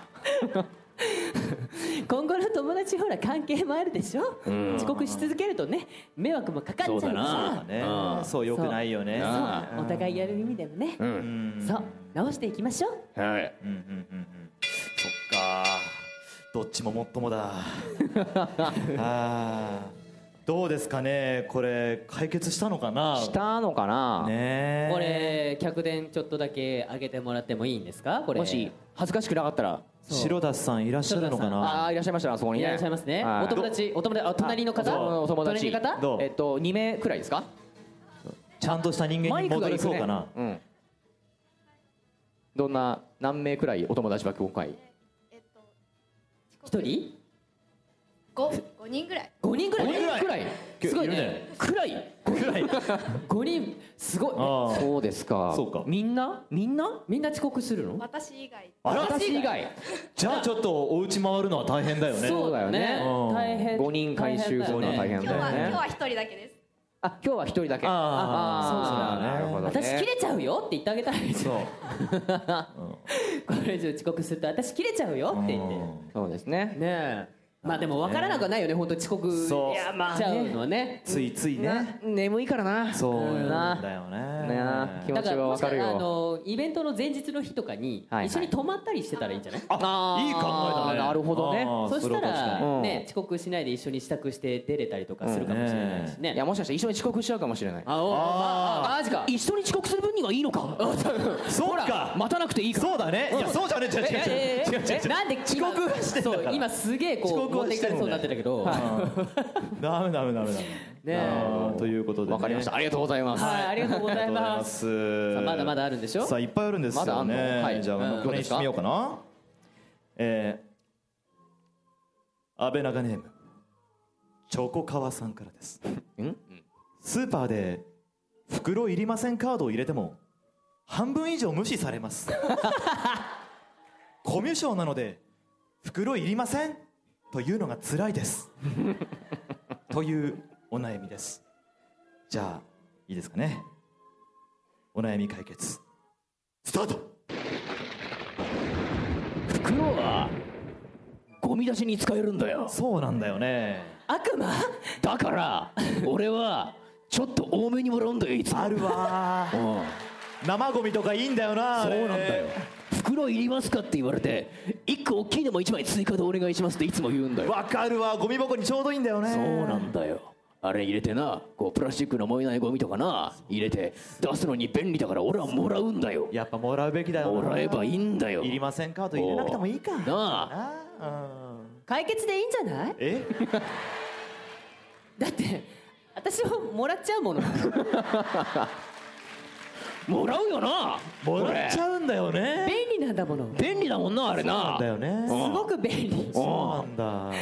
S3: 今後の友達ほら関係もあるでしょ、
S4: うん
S3: 遅刻し続けるとね迷惑もかかっちゃうし
S7: そうだなそうだねそう良くないよ
S3: そ
S7: ね
S3: う
S7: なあ
S3: お互いやる意味でもね、
S7: ん
S3: そう直していきましょう
S4: はい
S7: うんうんうんうんそっかどっちももっともだあーどうですかねこれ解決したのかな
S13: したのかな
S7: ねえ
S14: これ客電ちょっとだけ上げてもらってもいいんですかこれ
S13: もし恥ずかしくなかったら
S7: 白田さんいらっしゃるのかな
S13: あーいらっしゃいましたねあそこに
S14: い
S13: ね
S14: らっしゃいますね、
S13: は
S14: お友達お友達あ隣の方
S13: あお友達
S14: 隣の方
S13: えっと2名くらいですか
S7: ちゃんとした人間に戻りそうかな、
S13: うんどんな何名くらいお友達は今回
S3: 一人
S15: 五五人ぐらい。
S3: 5人ぐらい
S13: 五人くらい
S3: すごいね
S13: くらい
S3: 5人すごいね
S13: そうですか
S7: そうか
S13: みんなみんな
S3: みんな遅刻するの
S15: 私以外。
S7: あら
S13: 私以外
S7: じゃあちょっとお家回るのは大変だよね
S13: そうだよね
S7: うん
S13: 大変
S7: 五
S13: 回収するのは大変だよね
S15: 今日は一人だけです。
S13: あ今日は一人だけ
S7: あ
S13: あなるほどね
S3: 私切れちゃうよって言ってあげたらい いじゃんこれ以上遅刻すると私切れちゃうよって言って
S13: そうですねね
S3: えまあでも分からなくはないよね本当遅刻しち
S13: そう
S3: ゃうのはね
S7: ついついね
S13: 眠いからな
S7: そうなんだよ
S13: な
S7: ね
S13: 気持ちはわかる
S3: だからもしあ
S13: よ
S3: のイベントの前日の日とかに
S13: はいはい
S3: 一緒に泊まったりしてたらいいんじゃない
S13: あーいい考えだねなるほどねあー
S3: そした
S13: それは確
S3: ら
S13: かに
S3: ね遅刻しないで一緒に支度して出れたりとかするかもしれないしね
S13: いやもしかしたら一緒に遅刻しちゃうかもしれない
S3: あおああマジか
S4: 一緒に遅刻する分にはいいのか
S7: そう
S4: か待たなくていいから
S7: そうだねいやそうじゃねえ違う違う違う
S3: えええええ
S7: 違う違う違う
S3: なんで
S7: 遅刻はしてんだから
S3: そう今すげえこう
S7: 遅刻は
S3: 持って
S7: し
S3: いか
S7: てる
S3: れ
S7: ん
S3: そうに
S7: だよ
S3: なってるけど
S7: ダメダメダメダメあーということで
S13: わかりましたありがとうございます
S3: はいありがとうございますさあまだまだあるんでしょ
S7: さあいっぱいあるんです
S13: まだあ
S7: よ
S13: んの
S7: ね、
S13: はい
S7: じゃあ
S13: うん
S7: これにしてみようかなえー、安倍長ネームチョコカワさんから ですスーパーで袋いりませんカードを入れても半分以上無視されます コミュ障なので袋いりませんというのが辛いです というお悩みですじゃあいいですかねお悩み解決スタート
S4: 袋はゴミ出しに使えるんだよ
S7: そうなんだよね
S3: 悪魔
S4: だから俺はちょっと多めにもらうんだよいつも
S7: あるわー生ゴミとかいいんだよな
S4: そうなんだ
S7: よ
S4: 袋いりますかって言われて1個大きいのも1枚追加でお願いしますっていつも言うんだよ
S7: わかるわゴミ箱にちょうどいいんだよねそう
S4: なんだよあれ入れてなこうプラスチックの燃えないゴミとかな入れて出すのに便利だから俺はもらうんだよ
S7: やっぱもらうべきだよ
S4: もらえばいいんだよ
S7: いりませんカード入れなくてもいいか
S4: なあ
S3: 解決でいいんじゃない
S7: え
S3: だって私はもらっちゃうもの
S4: もらうよな
S7: もらっちゃうんだよね
S3: 便利なんだもの
S4: 便利だもんなあれな
S7: そうなんだよね
S3: すごく便利
S7: そうなんだ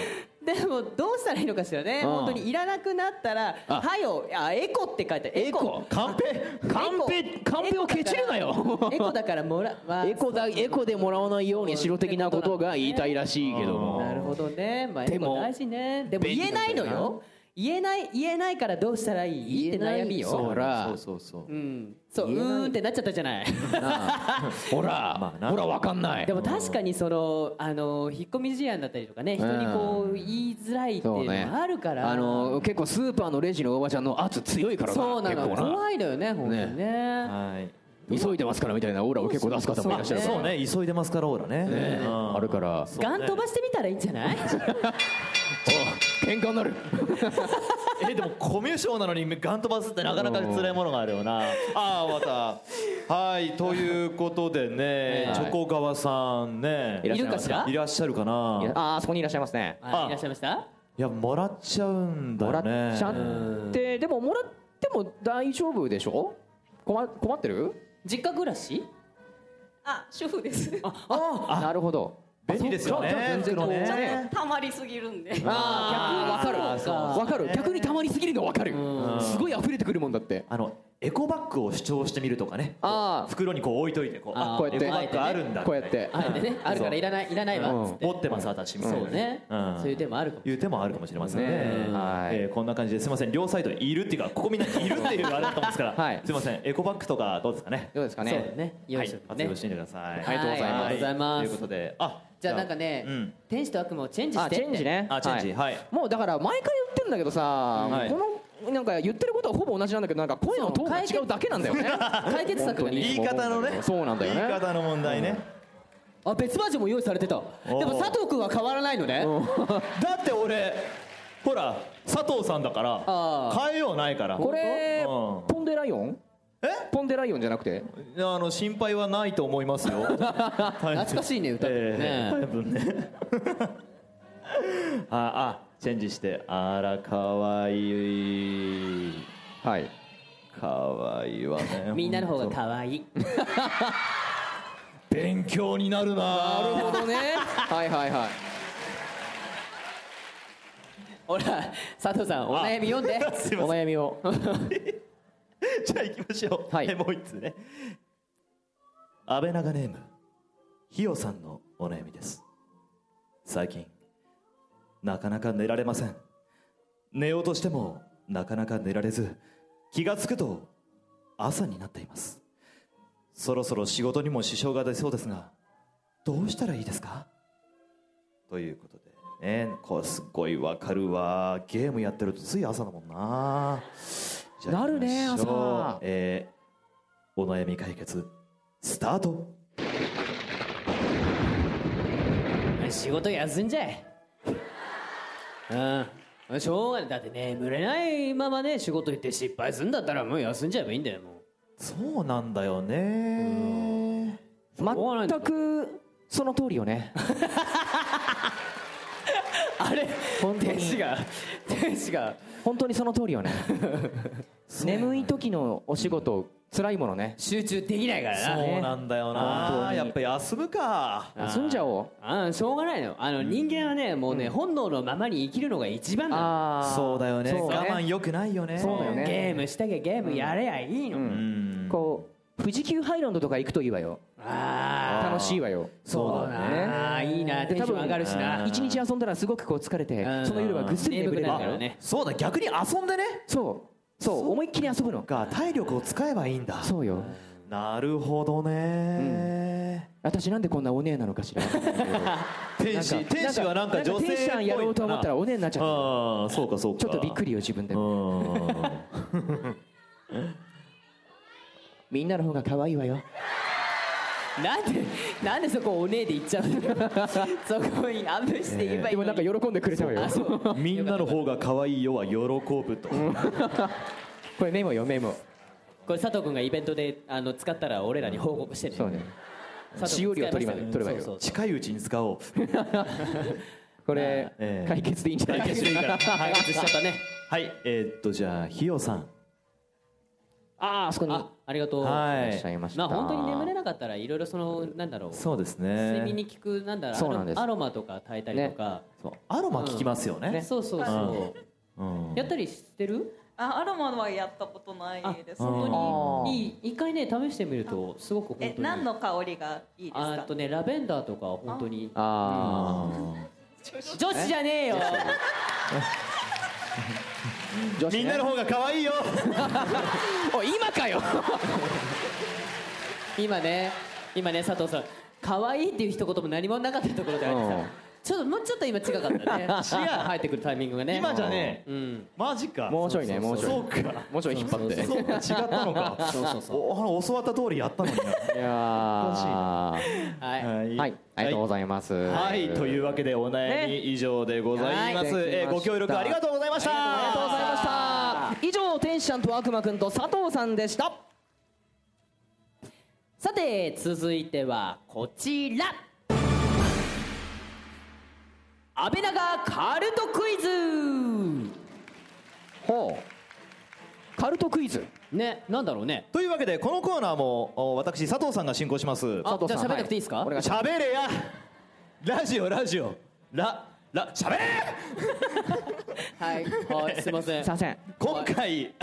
S3: でもどうしたらいいのかしらね
S7: うん
S3: 本当にいらなくなったら「
S7: あ
S3: はよ」あ「エコ」って書いてあるエコ
S7: カンペ
S4: カンペカンペをケチるなよ
S3: エコだからもらまあ
S4: エコだエコでもらわないようにしろ的なことが言いたいらしいけども
S3: なるほどねまあエ
S4: で
S3: コ
S4: も
S3: 大事ねでも
S4: 便利
S3: 言え
S4: な
S3: なんい
S4: だよ
S3: の
S4: な
S3: よ言えない言えないからどうしたらいいって悩みよ
S4: そうほら
S7: そうそう
S3: うんそううーんってなっちゃったじゃない
S4: ほら、ほらわかんな い
S3: でも確かにそのあの引っ込み思案だったりとかね人にこう言いづらいっていうのもあるから
S13: あの結構スーパーのレジのおばちゃんの圧強いからな
S3: そうなの
S13: 結構な
S3: 怖いのよね本当にね
S13: はい急いでますからみたいなオーラを結構出す方もいらっしゃるから
S7: そうね急いでますからオーラね
S13: あるから
S3: ガン飛ばしてみたらいいんじゃない
S13: 喧嘩になる
S7: えでもコミュ障なのにガン飛ばすってなかなか辛いものがあるよな ああまたはいということでね
S13: はい
S7: チョコ川さんね
S13: いらっしゃいますかいるかしら
S7: いらっしゃるかな
S13: ああそこにいらっしゃいますね
S3: あいらっしゃいました
S7: いやもらっちゃうんだよ
S13: も
S7: ね
S13: らっちゃってでももらっても大丈夫でしょ
S4: 困困ってる
S3: 実家暮らし
S6: あ主婦です
S4: あなるほど便利ですよね全然こう
S6: ちょっ
S4: ね
S6: とたまりすぎるんで
S4: ああ逆にわかるわかる逆にたまりすぎるのわかるすごい溢れてくるもんだって
S7: あのエコバッグを主張してみるとかね
S4: あ
S7: 袋にこう置いといてこう
S4: あーこうやって
S7: エコバッグあるんだ
S4: こうやって
S7: みたい
S4: あ
S7: な
S4: れでね
S7: うん
S4: あるからいら
S3: ないいらないわ
S7: うん
S3: つって
S7: 持ってます私みたいな
S3: そうね
S7: ん
S3: そういう手もあるか
S7: いう手もあるかもしれませんね
S4: ね
S7: はいえーこんな感じですいません両サイドいるっていうかここみんないるっていうあれだと思うんですから、すいませんエコバッグとかどうですかね
S4: どうですか
S3: ねそうね用
S7: は
S3: 意
S7: い
S3: しとくね
S7: 活用してみてください
S3: はいありがとうございますありが
S7: は
S3: とうございます
S7: ということであ
S3: じゃあなんかね、天使と悪魔をチェンジし
S4: あ
S3: て
S4: チェンジね
S7: あチェンジはい
S4: もうだから毎回言ってるんだけどさ、
S7: はい
S4: このなんか言ってることはほぼ同じなんだけどなんか声のトーンが違うだけなんだ よね
S3: 解決策だね
S4: 本当に
S3: 言い方のね
S4: そうなんだよね
S3: 言い方
S7: の問題ね
S3: あ別バージョンも用意されてた
S7: おー
S3: でも佐藤君は変わらないのね
S7: だって俺ほら佐藤さんだから変えようないから
S4: これ
S7: うん
S4: ポンデライオン
S7: え
S4: ポンデライオンじゃなくて
S7: あの心配はないと思いますよ 懐
S4: かしいね歌ってね
S7: 多分ね ああチェンジしてあらかわいいはいかわいいわ ね
S3: みんなの方が可愛い
S7: 勉強になるな
S4: なるほどねはいはいはい
S3: ほら佐藤さんお悩み読んで
S4: お悩みを
S7: じゃあ行きましょう、はい、もう一つね安倍長ネームひよさんのお悩みです最近なかなか寝られません寝ようとしてもなかなか寝られず気がつくと朝になっていますそろそろ仕事にも支障が出そうですがどうしたらいいですかということでねこれすっごいわかるわゲームやってるとつい朝だもんなじゃあ
S4: なるね
S7: 行きましょう
S4: 朝
S7: えーお悩み解決スタート
S3: 仕事休んじゃえうんしょうがないだって眠れないままね仕事行って失敗するんだったらもう休んじゃえばいいんだよも
S7: そうなんだよね
S4: 全くその通りよね
S3: あれ
S4: 本当に
S3: 天使が天使が
S4: 本当にその通り よね眠い時のお仕事辛いものね
S3: う集中できないからな
S7: そうなんだよなやっぱ休むか
S4: 休んじゃお
S3: うああしょうがないのあの人間はねもうね本能のままに生きるのが一番なの
S7: そうだよね我慢よくないよね
S4: そうだよね
S3: ゲームしたきゃゲームやれやいいの、
S4: うこう富士急ハイランドとか行くといいわよ楽しいわよ
S3: そうだな、いいなテ
S4: で
S3: ンシ
S4: 多
S3: ョン
S4: 分
S3: 上がるしな
S4: 一日遊んだらすごくこう疲れて
S3: ん
S4: その夜はぐっすり眠れる
S3: 眠くなるからね
S4: あ
S7: そうだ逆に遊んでね
S4: そうそう思いっきり遊ぶの
S7: が体力を使えばいいんだ
S4: そうよ
S7: なるほどね
S4: 私なんでこんなお姉なの かしら
S7: 天
S4: な
S7: 使
S4: んか
S7: 天使はなんか女性っぽ
S4: 天
S7: い
S4: 使さんやろうと思ったらおねえになっちゃった
S7: ああそうかそうか
S4: ちょっとびっくりよ自分で
S7: も
S4: みんなの方が可愛いわよ
S3: なんでなんでそこおねえで言っちゃう のそこにアップして言えばいい
S4: でもなんか喜んでくれたわよ
S7: みんなの方が可愛いよは喜ぶと
S4: これメモよメモ
S3: これ佐藤君がイベントであの使ったら俺らに報告してね
S4: そうね
S3: 佐
S4: 使
S3: 藤
S4: 用
S3: 君
S4: 料取りま取れば
S3: 使い
S4: よ
S3: ましたねそうそう
S7: 近いうちに 使おう
S4: これ、解決でいいんじゃない
S7: 解決でいいから
S4: 解決しちゃったね
S7: はいえーっとじゃあひよさん
S4: ああそこに
S3: あありがとう
S7: はい
S3: らっしゃいましたまあ本当に眠れなかったらいろいろそのなんだろう
S7: そうですね
S3: 睡眠に効くなんだろう
S7: そう
S3: アロ
S7: なんです
S3: アロマとか炊いたりとか、
S7: アロマ効きますよね、、
S3: うんそうそうそう
S7: うん
S3: やったりしてる
S6: あアロマはやったことないです
S3: 本当にいい一回ね試してみるとすごく本当に
S6: え何の香りがいいです
S3: あ
S6: か
S3: とねラベンダーとかは本当に
S4: あ
S3: 女子じゃねえよ
S7: みんなの方が可愛いよ
S4: おい今かよ
S3: 今ね今ね佐藤さん可愛いっていう一言も何もなかったところであれさ、
S4: うん
S3: ちょっともうちょっと今違かっ たね
S4: 違う
S3: 入ってくるタイミングがね
S4: 今じゃね
S3: え、うん、
S7: マジ か
S4: もうちょいねもうちょい
S7: そうか
S4: もうちょい引っ張って
S7: そうか違ったのか
S4: そうそうそう
S7: おあの教わった通りやったの
S4: い
S7: に
S4: やー
S7: はい、
S4: はい、ありがとうございます
S7: はい、というわけでお悩み以上でございます、
S4: はい
S7: えーご協力ありがとうございました
S4: ありがとうございました以上天使ちゃんと悪魔くんと佐藤さんでした
S3: さて続いてはこちら安倍長カルトクイズ
S4: ほうカルトクイズ
S3: ねなんだろうね
S7: というわけでこのコーナーもお私佐藤さんが進行します
S3: あじゃあ喋らなくていいですか、
S7: はい喋れやラジオラジオララ喋れ
S3: はい、はい、すいま せん
S7: すいません今回、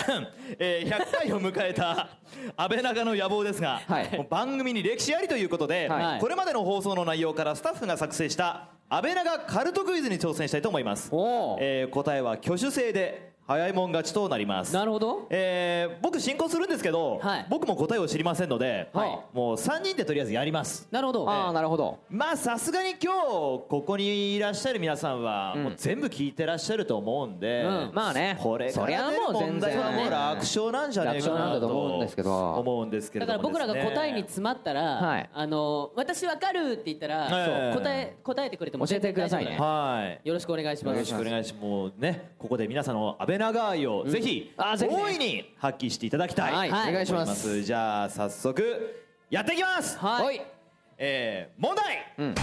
S7: えー100回を迎えた 安倍長の野望ですが、もう番組に歴史ありということで、
S4: はい
S7: これまでの放送の内容からスタッフが作成した安倍長カルトクイズに挑戦したいと思います、えー答えは挙手制で早いもん勝ちとなりますなるほど、えー僕進行するんですけど、僕も答えを知りませんので、もう3人でとりあえずやります
S3: なるほど
S7: ああ
S4: なるほど
S7: まあさすがに今日ここにいらっしゃる皆さんはもう全部聞いてらっしゃると思うんで、
S4: うんまあね
S7: これから出る問題はもう楽勝なんじゃねえか
S4: 楽勝な
S7: なん
S4: だと思うん
S7: と
S4: ですけど
S7: 思うんですけれ
S11: だ
S7: ど
S11: か
S7: も
S11: ら僕らが答えに
S7: ですね
S11: 詰まったら、
S7: はい
S11: あの私わかるって言ったら、
S7: はい
S11: 答え答えてくれても
S7: 教えてくださいね
S11: 全然大丈夫だ
S7: はい
S11: よろしくお願いします
S7: よろしくお願いしますもうねここで皆さんの安倍長愛をぜひ
S11: あぜひね
S7: 大いに発揮していただきたい、
S4: はいはいお願いします
S7: じゃあ早速やっていきますはいえー問題、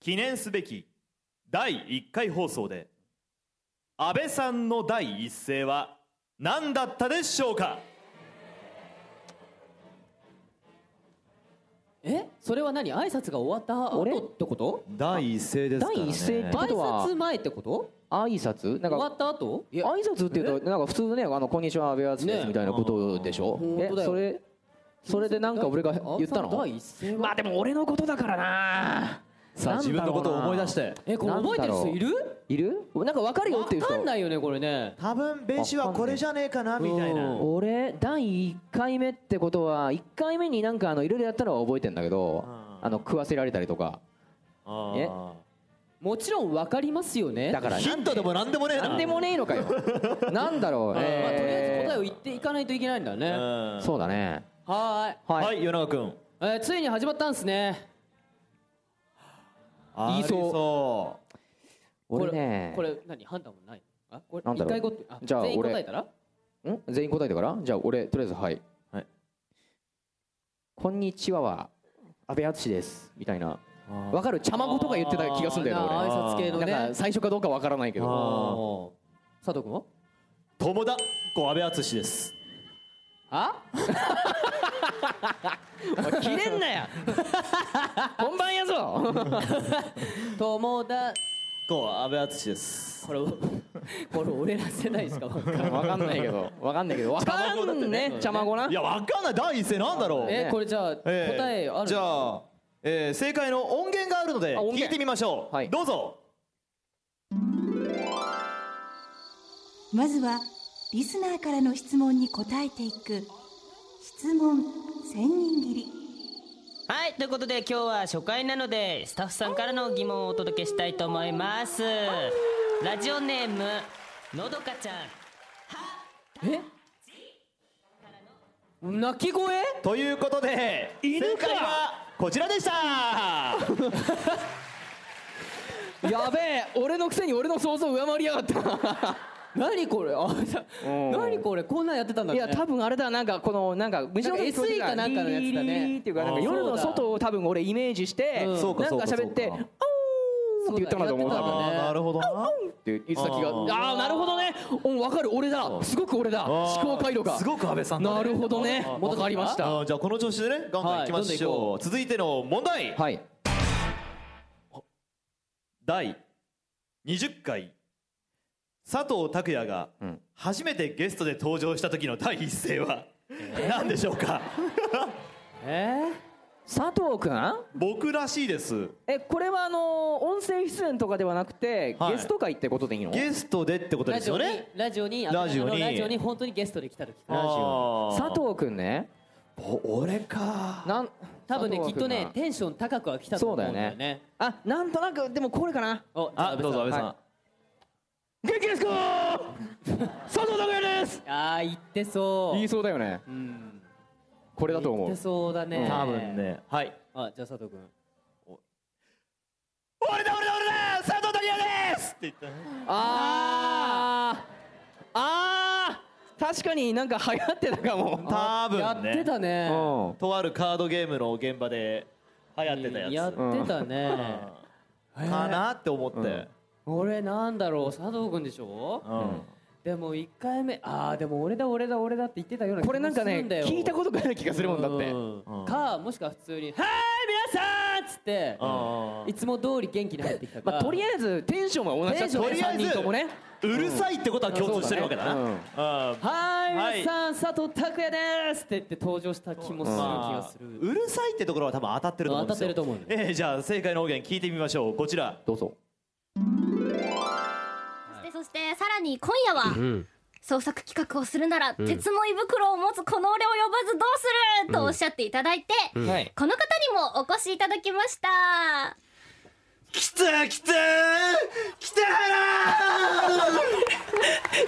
S7: 記念すべき第1回放送で安倍さんの第一声は何だったでしょうか
S3: えそれは何挨拶が終わった後ってこと
S7: 第一声ですからね
S3: 第一声ってことは挨拶前ってこと
S4: 挨拶なんか
S3: 終わった後
S4: 挨拶っていうとなんか普通ねあのこんにちは安倍敦ですみたいなことでしょ
S3: ね本
S4: え
S3: 当だよ
S4: それそれでなんか俺が言ったの
S3: まあでも俺のことだからな
S4: さあ自分のことを思い出して
S3: えこれ覚えてる人いる
S4: いるなんかわかるよっていう人
S3: わかんないよねこれね
S7: 多分ベーシはこれじゃねえかなみたいな
S4: 俺第1回目ってことは1回目になんかあのいろいろやったのは覚えてんだけどあの食わせられたりとかえ
S3: もちろんわかりますよね
S4: だから
S7: ヒントでもなんでもねえな
S4: なんでもねえの かよなんだろう
S3: まあとりあえず答え
S4: え
S3: を言っていかないといけないんだね
S4: ーそうだね
S3: はーい
S7: はい与永君
S3: えーついに始まったんですね
S7: 言いそう
S4: 俺ね
S3: これ何判断もないあこれ
S4: なんだ
S3: 一
S4: ろう
S3: 回ごとあ
S4: じゃあ
S3: 全員
S4: 俺
S3: 答えたら
S4: ん全員答えたからじゃあ俺とりあえずはい、こんにちはは安倍敦ですみたいなわかる茶まごとか言ってた気がするんだよね
S3: あー
S4: 俺
S3: 挨拶系のね
S4: なんか最初かどうかわからないけど
S3: 佐藤君は
S7: 友田こう安倍敦です
S3: あおい切れんな や本番やぞ 友達
S7: こう安倍敦です
S3: これ これ俺ら世代しか分かんない
S4: わかんないけどわかんないけどわかんね茶まごない
S7: やわかんない第一声なんだろう
S3: えこれじゃあ
S7: ええ
S3: 答えある
S7: じゃあ、えー正解の音源があるので
S3: あ音源
S7: 聞いてみましょう、どうぞ
S8: まずはリスナーからの質問に答えていく質問千人切り
S16: はいということで今日は初回なのでスタッフさんからの疑問をお届けしたいと思いますラジオネームのどかちゃん
S3: え鳴き声
S7: ということで
S3: 犬か
S7: 正解はこちらでした
S4: やべえ俺のくせに俺の想像上回りやがった
S3: 何これあさ何これこんなんやってたんだ
S4: い
S3: ね
S4: や多分あれだなんかこのなんか虫の音
S3: なんか SE かなんかのやつだね
S4: リリリリっていうかなんか夜の外を多分俺イメージしてなんか
S7: そうかそうか
S4: 喋って「おー」って言ったのだと思う多分
S7: あーなるほどな
S4: って言ってた気がああーなるほどねうん分かる俺だすごく俺だ
S7: あー
S4: 思考回路が
S7: すごく安倍さんだね
S4: なるほどね
S7: あー
S4: 分かりました
S7: あーじゃあこの調子でねガンガンいきまし
S4: はいどんどん行
S7: ょう,、
S4: こ
S7: 続いての問題
S4: はい
S7: 第20回佐藤拓也が初めてゲストで登場した時の第一声は何でしょうか
S4: えー佐藤君
S7: 僕らしいです
S4: えこれはあのー音声出演とかではなくて
S7: はい
S4: ゲスト会ってことでいいの
S7: ゲストでってことですよね
S3: ラジオに
S7: ラジオに
S3: あのラジオに本当にゲストで来た時
S7: ラジオ
S4: 佐藤君ね
S7: 俺か
S4: なん
S3: 多分ね
S4: 佐
S3: き
S4: 藤
S3: っと
S4: 君な
S3: ねテンション高くは来たと思うんだよね
S4: そうあなんとなくでもこれかな
S7: あどうぞ安倍さん、
S4: 元気ですか佐藤拓也です
S3: ああ言ってそう
S4: 言いそうだよねこれだと思
S3: 言
S4: う
S3: ってそうだね
S4: 多分
S7: ねはい
S3: あじゃあ佐藤君
S7: 俺だ俺だ俺だ佐藤拓也ですって言ったね
S4: あああー確かになんか流行ってたかも
S7: 多分ね
S4: やってたね
S7: とあるカードゲームの現場で流行ってたやつ
S3: やってたね
S7: うんかなって思って、
S3: 俺なんだろう佐藤君でしょでも1回目ああでも俺だ俺だ俺だって言ってたような気
S4: これなんかね聞いたことがある気がするもんだって
S3: とかもしくは普通に「はーい皆さん!」っつっていつも通り元気に入ってきたか
S4: まあとりあえずテンションは同じだった
S3: とりあえず
S4: 3人ともね
S7: うるさいってことは共通してるわけだな、
S4: うん
S7: うんは
S3: はい皆さん佐藤拓也ですって言って登場した気もする気がする
S7: うるさいってところは多分当たってると思うんですよ
S3: 当たってると
S7: ええじゃあ正解の方言聞いてみましょうこちら
S4: どうぞ
S8: そしてそしてさらに今夜は、
S4: うん
S8: 創作企画をするなら、
S4: うん
S8: 鉄の胃袋を持つこの俺を呼ばずどうするとおっしゃっていただいて、
S7: うんはい
S8: この方にもお越しいただきました
S7: 来た来た来た原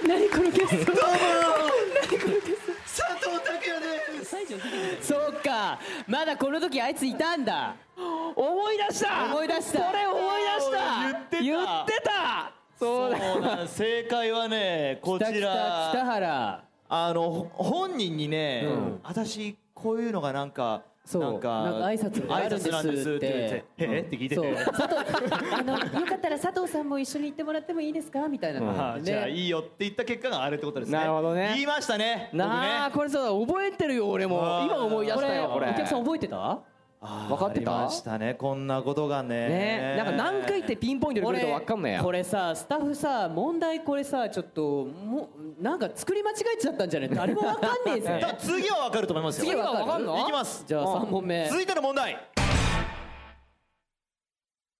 S3: 何このゲスト
S7: どうも
S3: 何このゲスト
S7: 佐藤拓也です
S3: そうかまだこの時あいついたんだ思い出した思い出したこれ思い出した言ってた
S7: そうだ正解 はねこちら
S3: 来た来た北原
S7: あのほ本人にね、
S3: うん
S7: 私こういうのがなんか
S3: そう
S7: なんか
S3: なんか挨拶があるんですって
S7: 挨拶なんですって言って「ええっ?」て聞いてて、
S3: そう佐藤あのよかったら佐藤さんも一緒に行ってもらってもいいですかみたいな
S7: あ
S3: 感
S7: ー
S3: じ
S7: じ
S3: で
S7: ゃあ
S3: ね
S7: いいよって言った結果があれってことですね
S4: なるほどね
S7: 言いましたね
S4: なあこれさ覚えてるよ俺も
S7: あー
S4: 今思い出したよこ
S7: これ
S4: れ
S7: お客さん
S4: 覚えてた
S7: 分
S4: かってた
S7: ありましたねこんなことがね
S4: ねなんか何回ってピンポイントで来ると分かんないや
S3: これさスタッフさ問題これさちょっともうなんか作り間違えちゃったんじゃない誰もわかんねえ ぜ
S7: 多分次は分かると思いますよ
S3: 次は分かるの
S7: いきます
S3: じゃあ
S7: うん
S3: 三問目
S7: 続いての問題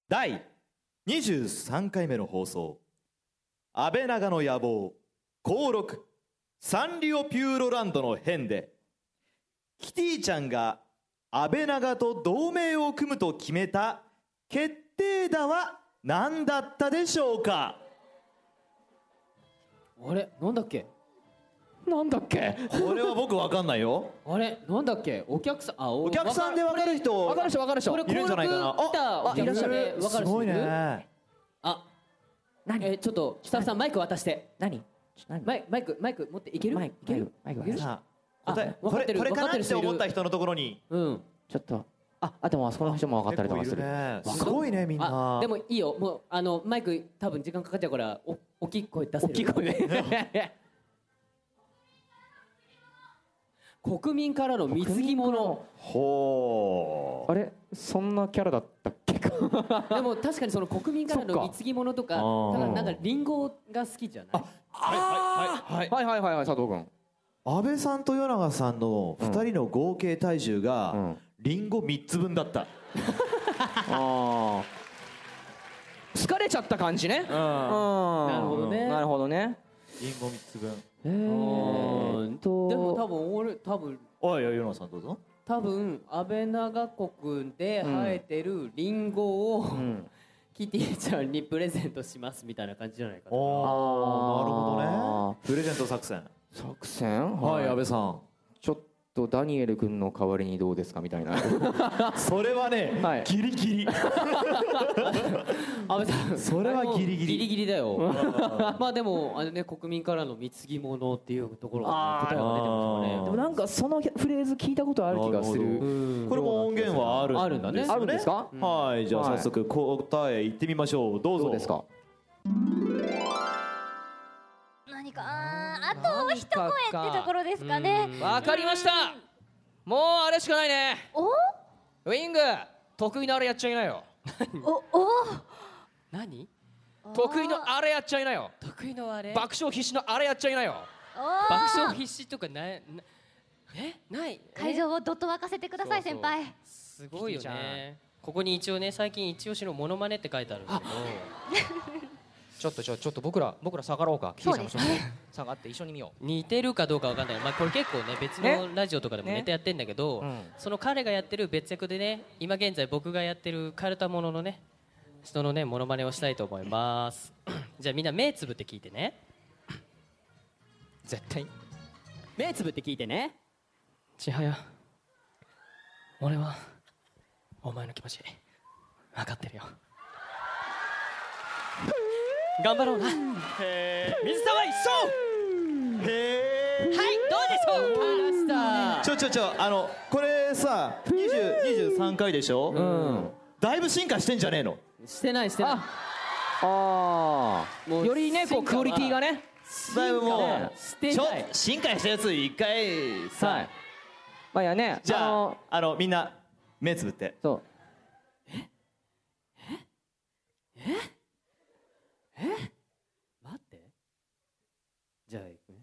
S7: 第23回目の放送安倍長の野望公録サンリオピューロランドの変でキティちゃんが安倍長と同盟を組むと決めた決定打は何だったでしょうか
S3: あれなんだっけ
S4: なんだっけ
S7: これは僕分かんないよ
S3: あれなんだっけお客さんあお
S7: お客さんで分かる人
S3: わかる人わかる人
S7: いるんじゃないかな
S3: これ
S7: あ
S3: 登録来たお客さんでわかる人
S7: すごい
S3: いる
S7: ね
S3: あ何えちょっとスタッフさんマイク渡して何マイマイクマイク持っていけるいけるいける
S7: さあ答え
S3: あ
S7: こ
S3: 分かって
S7: れ
S3: る
S7: これか
S3: 分かっ
S7: な
S3: てる
S7: って
S3: 人いる
S7: 思った人のところに
S3: うん
S4: ちょっとああでもあそこの人も分かったりとかする
S7: すごいねみんな
S3: あでもいいよもうあのマイク多分時間かかっちゃうからお大きい声出せる大きい声ね 国民からの水着物
S7: ほ
S4: うあれそんなキャラだったっけ
S3: でも確かにその国民からの貢ぎ物とか
S4: そっか
S3: ただなんかリンゴが好きじゃない
S4: はいはいはいはい佐藤君
S7: 安倍さんと与永さんの2人の合計体重がリンゴ3つ分だった
S4: ああ疲れちゃった感じねうんな
S3: るほどね
S4: なるほどね
S7: リンゴ3つ分
S4: えーっと
S3: でも多分俺多分
S7: おい与永さんどうぞ
S3: 多分安倍長国で生えてるリンゴを、キティちゃんにプレゼントしますみたいな感じじゃないかな
S7: おーなるほどねプレゼント作戦
S4: 作戦
S7: はい安倍さん
S4: ちょっとダニエル君の代わりにどうですかみたいな
S7: それはね、ギリギ リ
S3: 安倍さん
S7: それはギリギ
S3: ギ
S7: リ
S3: リギリだ よ まあでもあのね国民からの貢ぎ物っていうところがね答えが出てますよね
S4: でもなんかそのフレーズ聞いたことある気がする
S7: これも音源はあるんですよ
S4: あるんだねあるんですか
S7: はいじゃあ早速答えいってみましょうどうぞどうです
S4: か
S8: 何かあーあと一声ってところですかね
S3: わかりました
S17: もうあれしかないねウイング得意のあれやっちゃいなよ
S3: 何
S17: 得意のあれやっちゃいなよ
S3: 得意のあれ
S17: 爆笑必死のあれやっちゃいなよ
S18: 爆笑必至とかなえない
S8: 会場をどっと沸かせてください先輩
S18: すごいよねここに一応ね最近一押しのモノマネって書いてあるんだけど
S17: ちょっとちょちょっと僕ら僕ら下がろうかキティさんも
S18: そ
S17: そうこ
S18: ですね
S17: に下がって一緒に見よ
S18: 似てるかどうかわかんない、まあ、これ結構ね別のラジオとかでもネタやってんだけど、その彼がやってる別役でね今現在僕がやってるカルタもののね人のねモノマネをしたいと思います じゃあみんな目つぶって聞いてね絶対
S3: 目つぶって聞いてね
S18: 千早俺はお前の気持ち分かってるよ頑張ろうな
S7: 水沢一緒へ
S18: は
S7: え
S18: いどうでしょう
S7: ちょちょちょあのこれさ20 23回でしょ、だいぶ進化してんじゃねえの
S3: してないしてない
S4: ああ
S3: もう
S4: よりねこう
S3: 進化
S4: ク
S3: は
S4: オリティがね
S7: だいぶもう
S3: して
S7: ちょ
S3: ない
S7: 進化したやつ一回さ、
S4: まあいやね
S7: じゃあ
S4: あ
S7: あ
S4: の
S7: のみんな目つぶって
S4: そう
S3: 待ってじゃあ行くね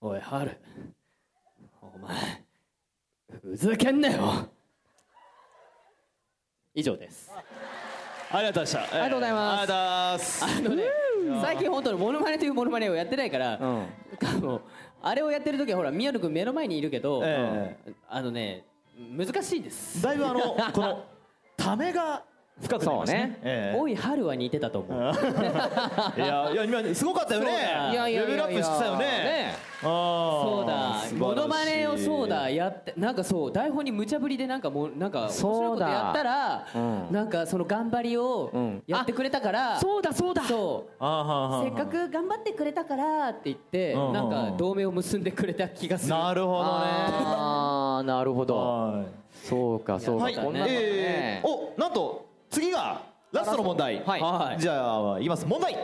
S3: おいハルお前ふざけんなよ以上です
S7: ありがとうございました、
S3: ありがとうございます
S7: ありがとうございます
S3: あのね最近本当にモノマネというモノマネをやってないから、あのあれをやってる時はほら宮野君目の前にいるけど、
S7: え
S3: あのね難しいです
S7: だいぶあのこのた めが深くなりましたね
S3: そうね
S7: ええ
S3: おい春は似てたと思う
S7: いやいや今すごかったよね
S3: そうだいやいやいやいや
S7: レベルアップしてたよね
S3: ね
S7: あー
S3: そうだ
S7: 素晴らしい
S3: モノマネをそうだやってなんかそう台本に無茶ぶりでなんかもうなんか面白いことやったら、
S4: うん
S3: なんかその頑張りをやってくれたから、そうだそうだそう
S19: せっかく頑張ってくれたからって言って
S3: で、
S4: うんうんうん
S3: なんか同盟を結んでくれた気がする
S7: なるほどね
S4: ああなるほどそうかそう
S7: は
S4: か
S7: い、
S4: こんなの
S7: え
S4: ね
S7: ーおなんと次がラストの問題はい、じゃあいきます問題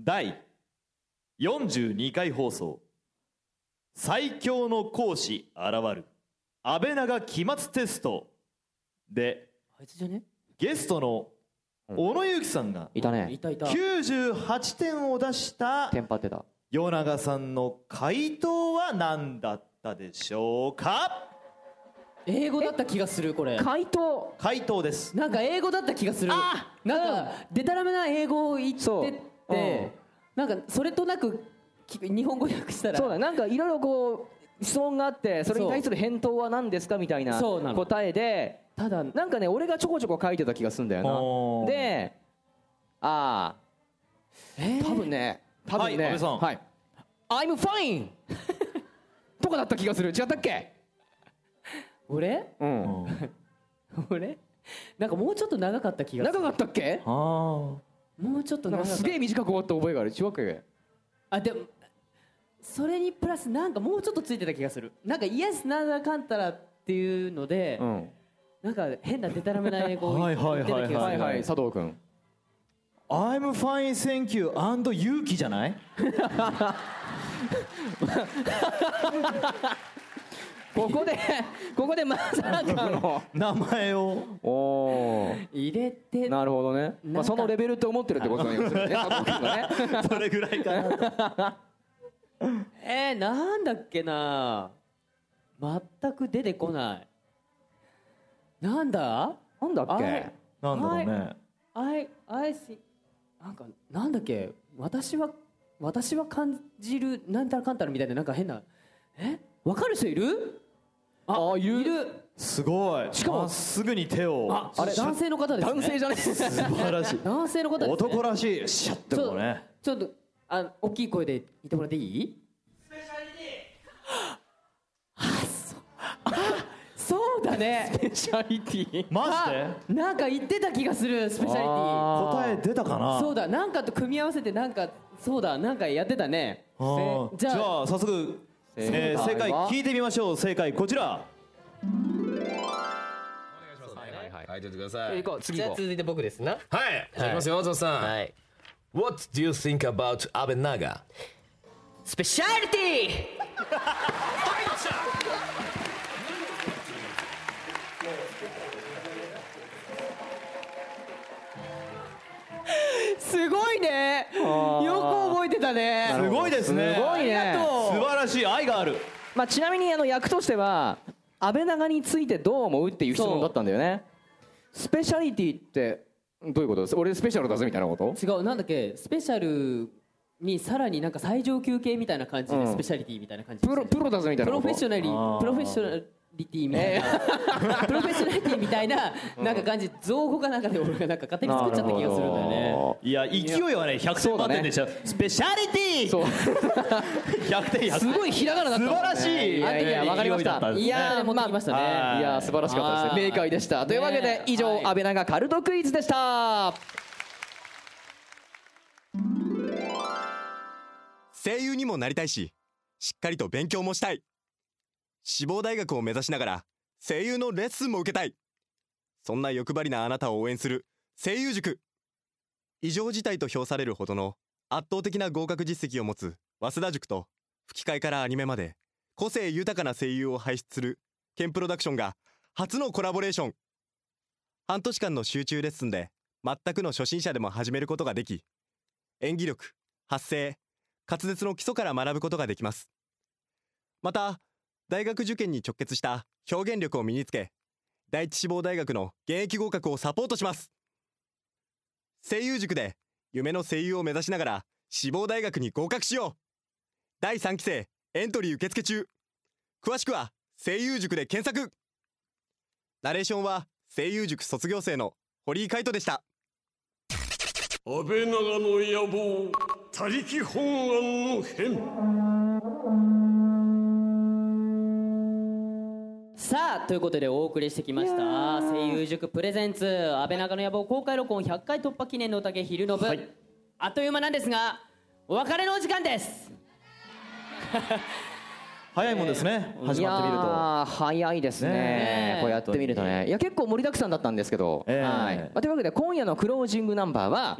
S7: 第42回放送最強の講師現る安倍長期末テストで
S3: あいつじゃね
S7: ゲストの小野由紀さんが
S4: いたね
S3: いたいた
S7: 98点を出した
S4: テンパってた
S7: 与永さんの回答は何だったでしょうか
S3: 英語だった気がするこれ
S4: 回答
S7: 回答です
S3: なんか英語だった気がするなんかでたらめな英語を言ってって、なんかそれとなくき日本語訳したら
S4: そうだなんかいろいろこう質問があってそれに対する返答は何ですかみたいな
S3: そうなの
S4: 答えでただなんかね俺がちょこちょこ書いてた気がするんだよ
S7: おー
S4: なでああ多分ね多分ね
S7: はい安倍さん
S4: はい「I'm fine」とかだった気がする違ったっけ
S3: 俺
S4: うん
S3: 俺なんかもうちょっと長かった気がする
S4: 長かったっけ
S7: も
S3: うちょっと
S4: な
S3: 長
S4: ん
S3: か
S4: か
S3: った
S4: すげえ短く終わった覚えがある中学生
S3: あでもそれにプラスなんかもうちょっとついてた気がするなんかイエスなんだかんたらっていうので、なんか変なでたらめな英語 を言ってた気がする
S4: 佐藤君
S7: I'm fine, thank you, and 勇気じゃない
S4: ここ でここでまさかの
S7: 名前 を
S4: おお
S3: 入れて
S4: なるほどね、まあ、そのレベルって思ってるってことなんですよね
S7: それぐらいかな
S3: えー、なんだっけな全く出てこないなんだ
S4: なんだっ
S3: け
S7: なんだろうね
S3: あいあいしなんかなんだっけ私は私は感じるなんたらかんたらみたいななんか変なえわかる人いるあいる
S7: すごいしかもすぐに手を
S3: あれ男性の方ですね
S7: 男性じゃない素晴らし い
S3: 男性の方ですね
S7: 男らしいシャッてもうね
S3: ちょっとあ大きい声で言ってもらっていい スペシャリティあそうあそうだねスペ
S4: シャリティ
S7: マジで
S3: なんか言ってた気がするスペシャリティ
S7: あー答え出たかな
S3: そうだなんかと組み合わせてなんかそうだなんかやってたね
S7: あーじ
S3: じ
S7: ゃ
S3: ゃ
S7: あ
S3: あ
S7: 早速、えー正
S3: 正解
S7: 解
S3: は
S7: 聞いてみましょう正解こちら
S20: はいはい、はい、てください。
S21: 行こう次行こうじゃあ続いて僕ですな
S20: はい、じゃあ行きますよ、松本さん。はい。What do you think about 安倍長？スペシャリテ
S3: すごいねよく覚えてたね
S7: すごいですね
S4: すごいね
S7: ありがとう素晴らしい愛がある
S4: まあ、ちなみにあの役としては安倍長についてどう思うっていう質問だったんだよねスペシャリティってどういうことです俺スペシャルだぜみたいなこと
S3: 違うなんだっけスペシャルにさらになんか最上級系みたいな感じ
S4: う
S3: で
S4: ん
S3: スペシャリティみたいな感じ
S4: プロプロだぜみたい
S3: プ
S4: な
S3: ロ
S4: こ
S3: フ
S4: と
S3: ェッショナリ
S4: あー
S3: プロフェッショナリティみたいな プロフェッショナリティみたいななんか感じ造語がなんかで俺がなんか勝手に作っちゃった気がするんだよね
S7: いや勢いはね100点満点でした、スペシャリティ そう100点100点
S4: すごいひらがなだったもんね
S7: 素晴らしい
S4: いやいやわかりましたいや
S3: 持ってきましたね
S7: はい
S4: いやー素晴らしかったですね明快でしたというわけで以上安倍長カルトクイズでした
S22: 声優にもなりたいししっかりと勉強もしたい志望大学を目指しながら声優のレッスンも受けたいそんな欲張りなあなたを応援する声優塾
S23: 異常事態と評されるほどの圧倒的な合格実績を持つ早稲田塾と吹き替えからアニメまで個性豊かな声優を輩出するケンプロダクションが初のコラボレーション半年間の集中レッスンで全くの初心者でも始めることができ演技力発声滑舌の基礎から学ぶことができますまた大学受験に直結した表現力を身につけ第一志望大学の現役合格をサポートします声優塾で夢の声優を目指しながら志望大学に合格しよう第3期生エントリー受付中詳しくは声優塾で検索ナレーションは声優塾卒業生の堀井海斗でした
S2: 安倍長の野望他力本願の
S3: さあということでお送りしてきました声優塾プレゼンツ安倍長の野望公開録音100回突破記念の宴昼の部、あっという間なんですがお別れのお時間です
S7: 早いもんですね、始まってみる
S4: い
S7: と
S4: やー早いですね
S7: ねえ
S4: こうやってみるとねいや結構盛りだくさんだったんですけど、
S7: ええ
S4: はいまあというわけで今夜のクロージングナンバーは、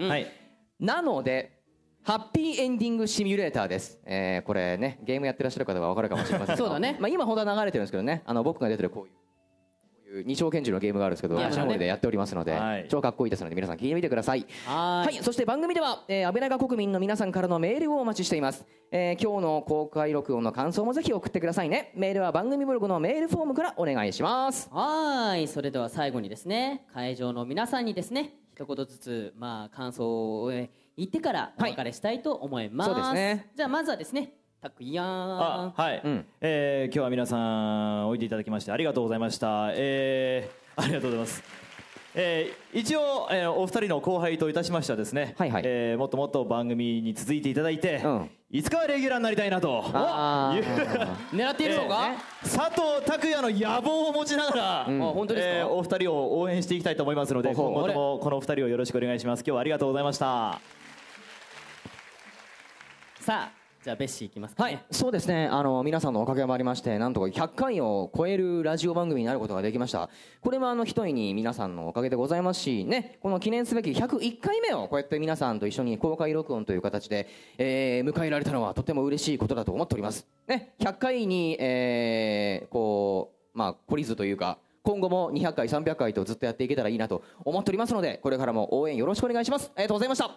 S4: なのでハッピーエンディングシミュレーターです、えーこれねゲームやってらっしゃる方は分かるかもしれませんけど
S3: そうだね
S4: まあ、今本当は流れてるんですけどねあの僕が出てるこういうこういう二丁拳銃のゲームがあるんですけど、
S3: いや
S4: シャモリでやっておりますので、超かっこいいですので皆さん聞いてみてください。
S3: は
S4: はい、そして番組では、えー、安倍長国民の皆さんからのメールをお待ちしています、えー今日の公開録音の感想もぜひ送ってくださいねメールは番組ブログのメールフォームからお願いします
S3: はーいそれでは最後にですね会場の皆さんにですね一言ずつまあ感想をえー言ってからお別れしたいと思います、
S7: そうですね
S3: じゃあまずはですねたくやーん
S7: あはい、えー今日は皆さんおいでいただきましてありがとうございましたえーあ りがとうございますえー一応、えーお二人の後輩といたしましてはですね、えーもっともっと番組に続いていただいて、いつかはレギュラーになりたいなと
S3: あー
S7: いう
S3: 狙っているのか、
S7: えー佐藤拓也の野望を持ちながら、
S3: うんあ本当ですか
S7: えーお二人を応援していきたいと思いますので今後ともこのお二人をよろしくお願いします今日はありがとうございました
S3: さあじゃあベッシーいきますか、ね、はい
S4: そうですねあの皆さんのおかげもありましてなんとか100回を超えるラジオ番組になることができましたこれもあの一重に皆さんのおかげでございますしねこの記念すべき101回目をこうやって皆さんと一緒に公開録音という形で、えー迎えられたのはとても嬉しいことだと思っておりますね100回に、えーこうまあ懲りずというか今後も200回300回とずっとやっていけたらいいなと思っておりますのでこれからも応援よろしくお願いしますありがとうございました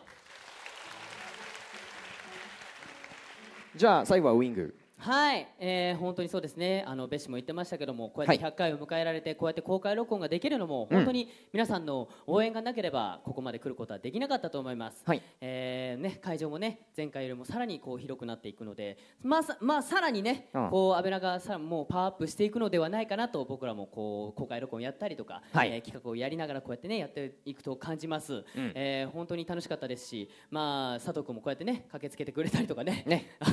S4: じゃあ最後はウイング
S3: はい、えー本当にそうですねあのベッシも言ってましたけどもこうやって100回を迎えられて、こうやって公開録音ができるのも
S4: うん
S3: 本当に皆さんの応援がなければここまで来ることはできなかったと思います、
S4: はい
S3: えーね、会場もね前回よりもさらにこう広くなっていくので、まあさまあ、さらにね、
S4: うん
S3: こう安倍長さんもパワーアップしていくのではないかなと僕らもこう公開録音やったりとか、
S4: はい
S3: えー企画をやりながらこうやってねやっていくと感じます、
S4: ん
S3: えー本当に楽しかったですし、まあ、佐藤君もこうやってね駆けつけてくれたりとかね
S4: ね
S3: あ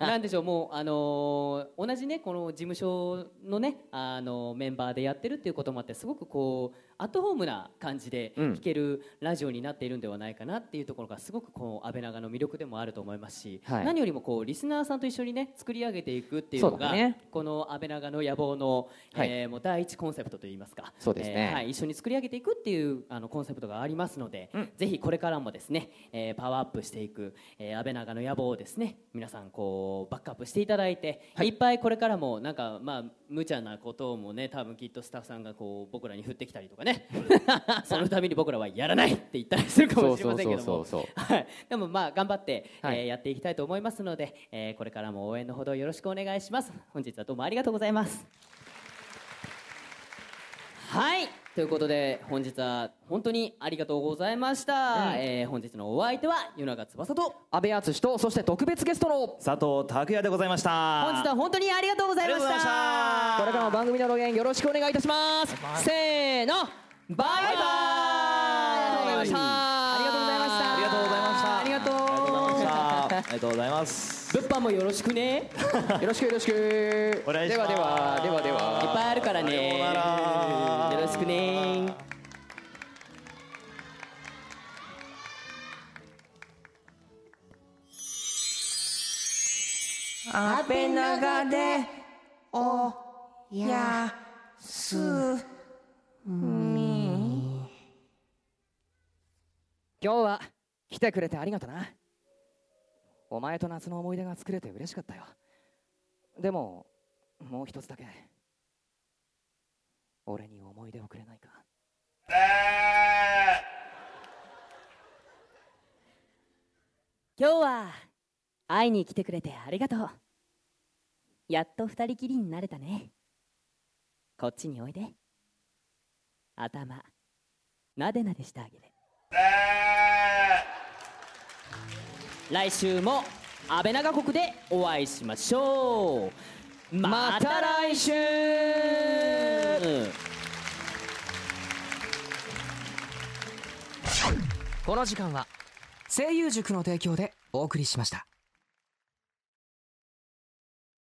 S3: のなんでしょうもう、あのー同じねこの事務所のね、あのメンバーでやってるっていうこともあってすごくこうアットホームな感じで
S4: うん
S3: 聴けるラジオになっているんではないかなっていうところがすごくこう安倍長の魅力でもあると思いますし、
S4: はい
S3: 何よりもこうリスナーさんと一緒にね作り上げていくっていうの
S4: そうだ
S3: が
S4: ね
S3: この安倍長の野望の、
S4: はい
S3: えーもう第一コンセプトといいますか
S4: そうですね
S3: えーはい、一緒に作り上げていくっていうあのコンセプトがありますので、ぜひこれからもですね、えーパワーアップしていく、えー、安倍長の野望をですね皆さんこうバックアップしていただいて、い、っぱいこれからもなんかまあ無茶なこともね多分きっとスタッフさんがこう僕らに振ってきたりとかね そのために僕らはやらないって言ったりするかもしれませんけども
S4: そうそうそうそう
S3: はい、でもまあ頑張って、
S4: はい
S3: えーやっていきたいと思いますので、えーこれからも応援のほどよろしくお願いします本日はどうもありがとうございますはいということで本日は本当にありがとうございました、えー本日のお相手は湯永翼と
S4: 安倍敦とそして特別ゲストの
S7: 佐藤拓也でございました
S3: 本日は本当にありがとうございました
S4: これからも番組の露演よろしくお願いいたしますせーのバイバイありがとうございましたありがとうございましたありがとうございましたありがとう
S7: ありがとうございます
S3: 物販もよろしくね
S4: よろしくよろしく
S7: お願いし
S4: で
S7: ま
S4: は
S7: す
S4: ではではではい
S3: いっぱいあるからねよろしくね
S24: 安倍長でおやすみ
S4: 今日は来てくれてありがとなお前と夏の思い出が作れて嬉しかったよでももう一つだけ俺に思い出をくれないか
S3: 今日は会いに来てくれてありがとうやっと二人きりになれたねこっちにおいで頭なでなでしてあげる
S25: 来週も安倍長国でお会いしましょうまた来週
S26: この時間は声優塾の提供でお送りしました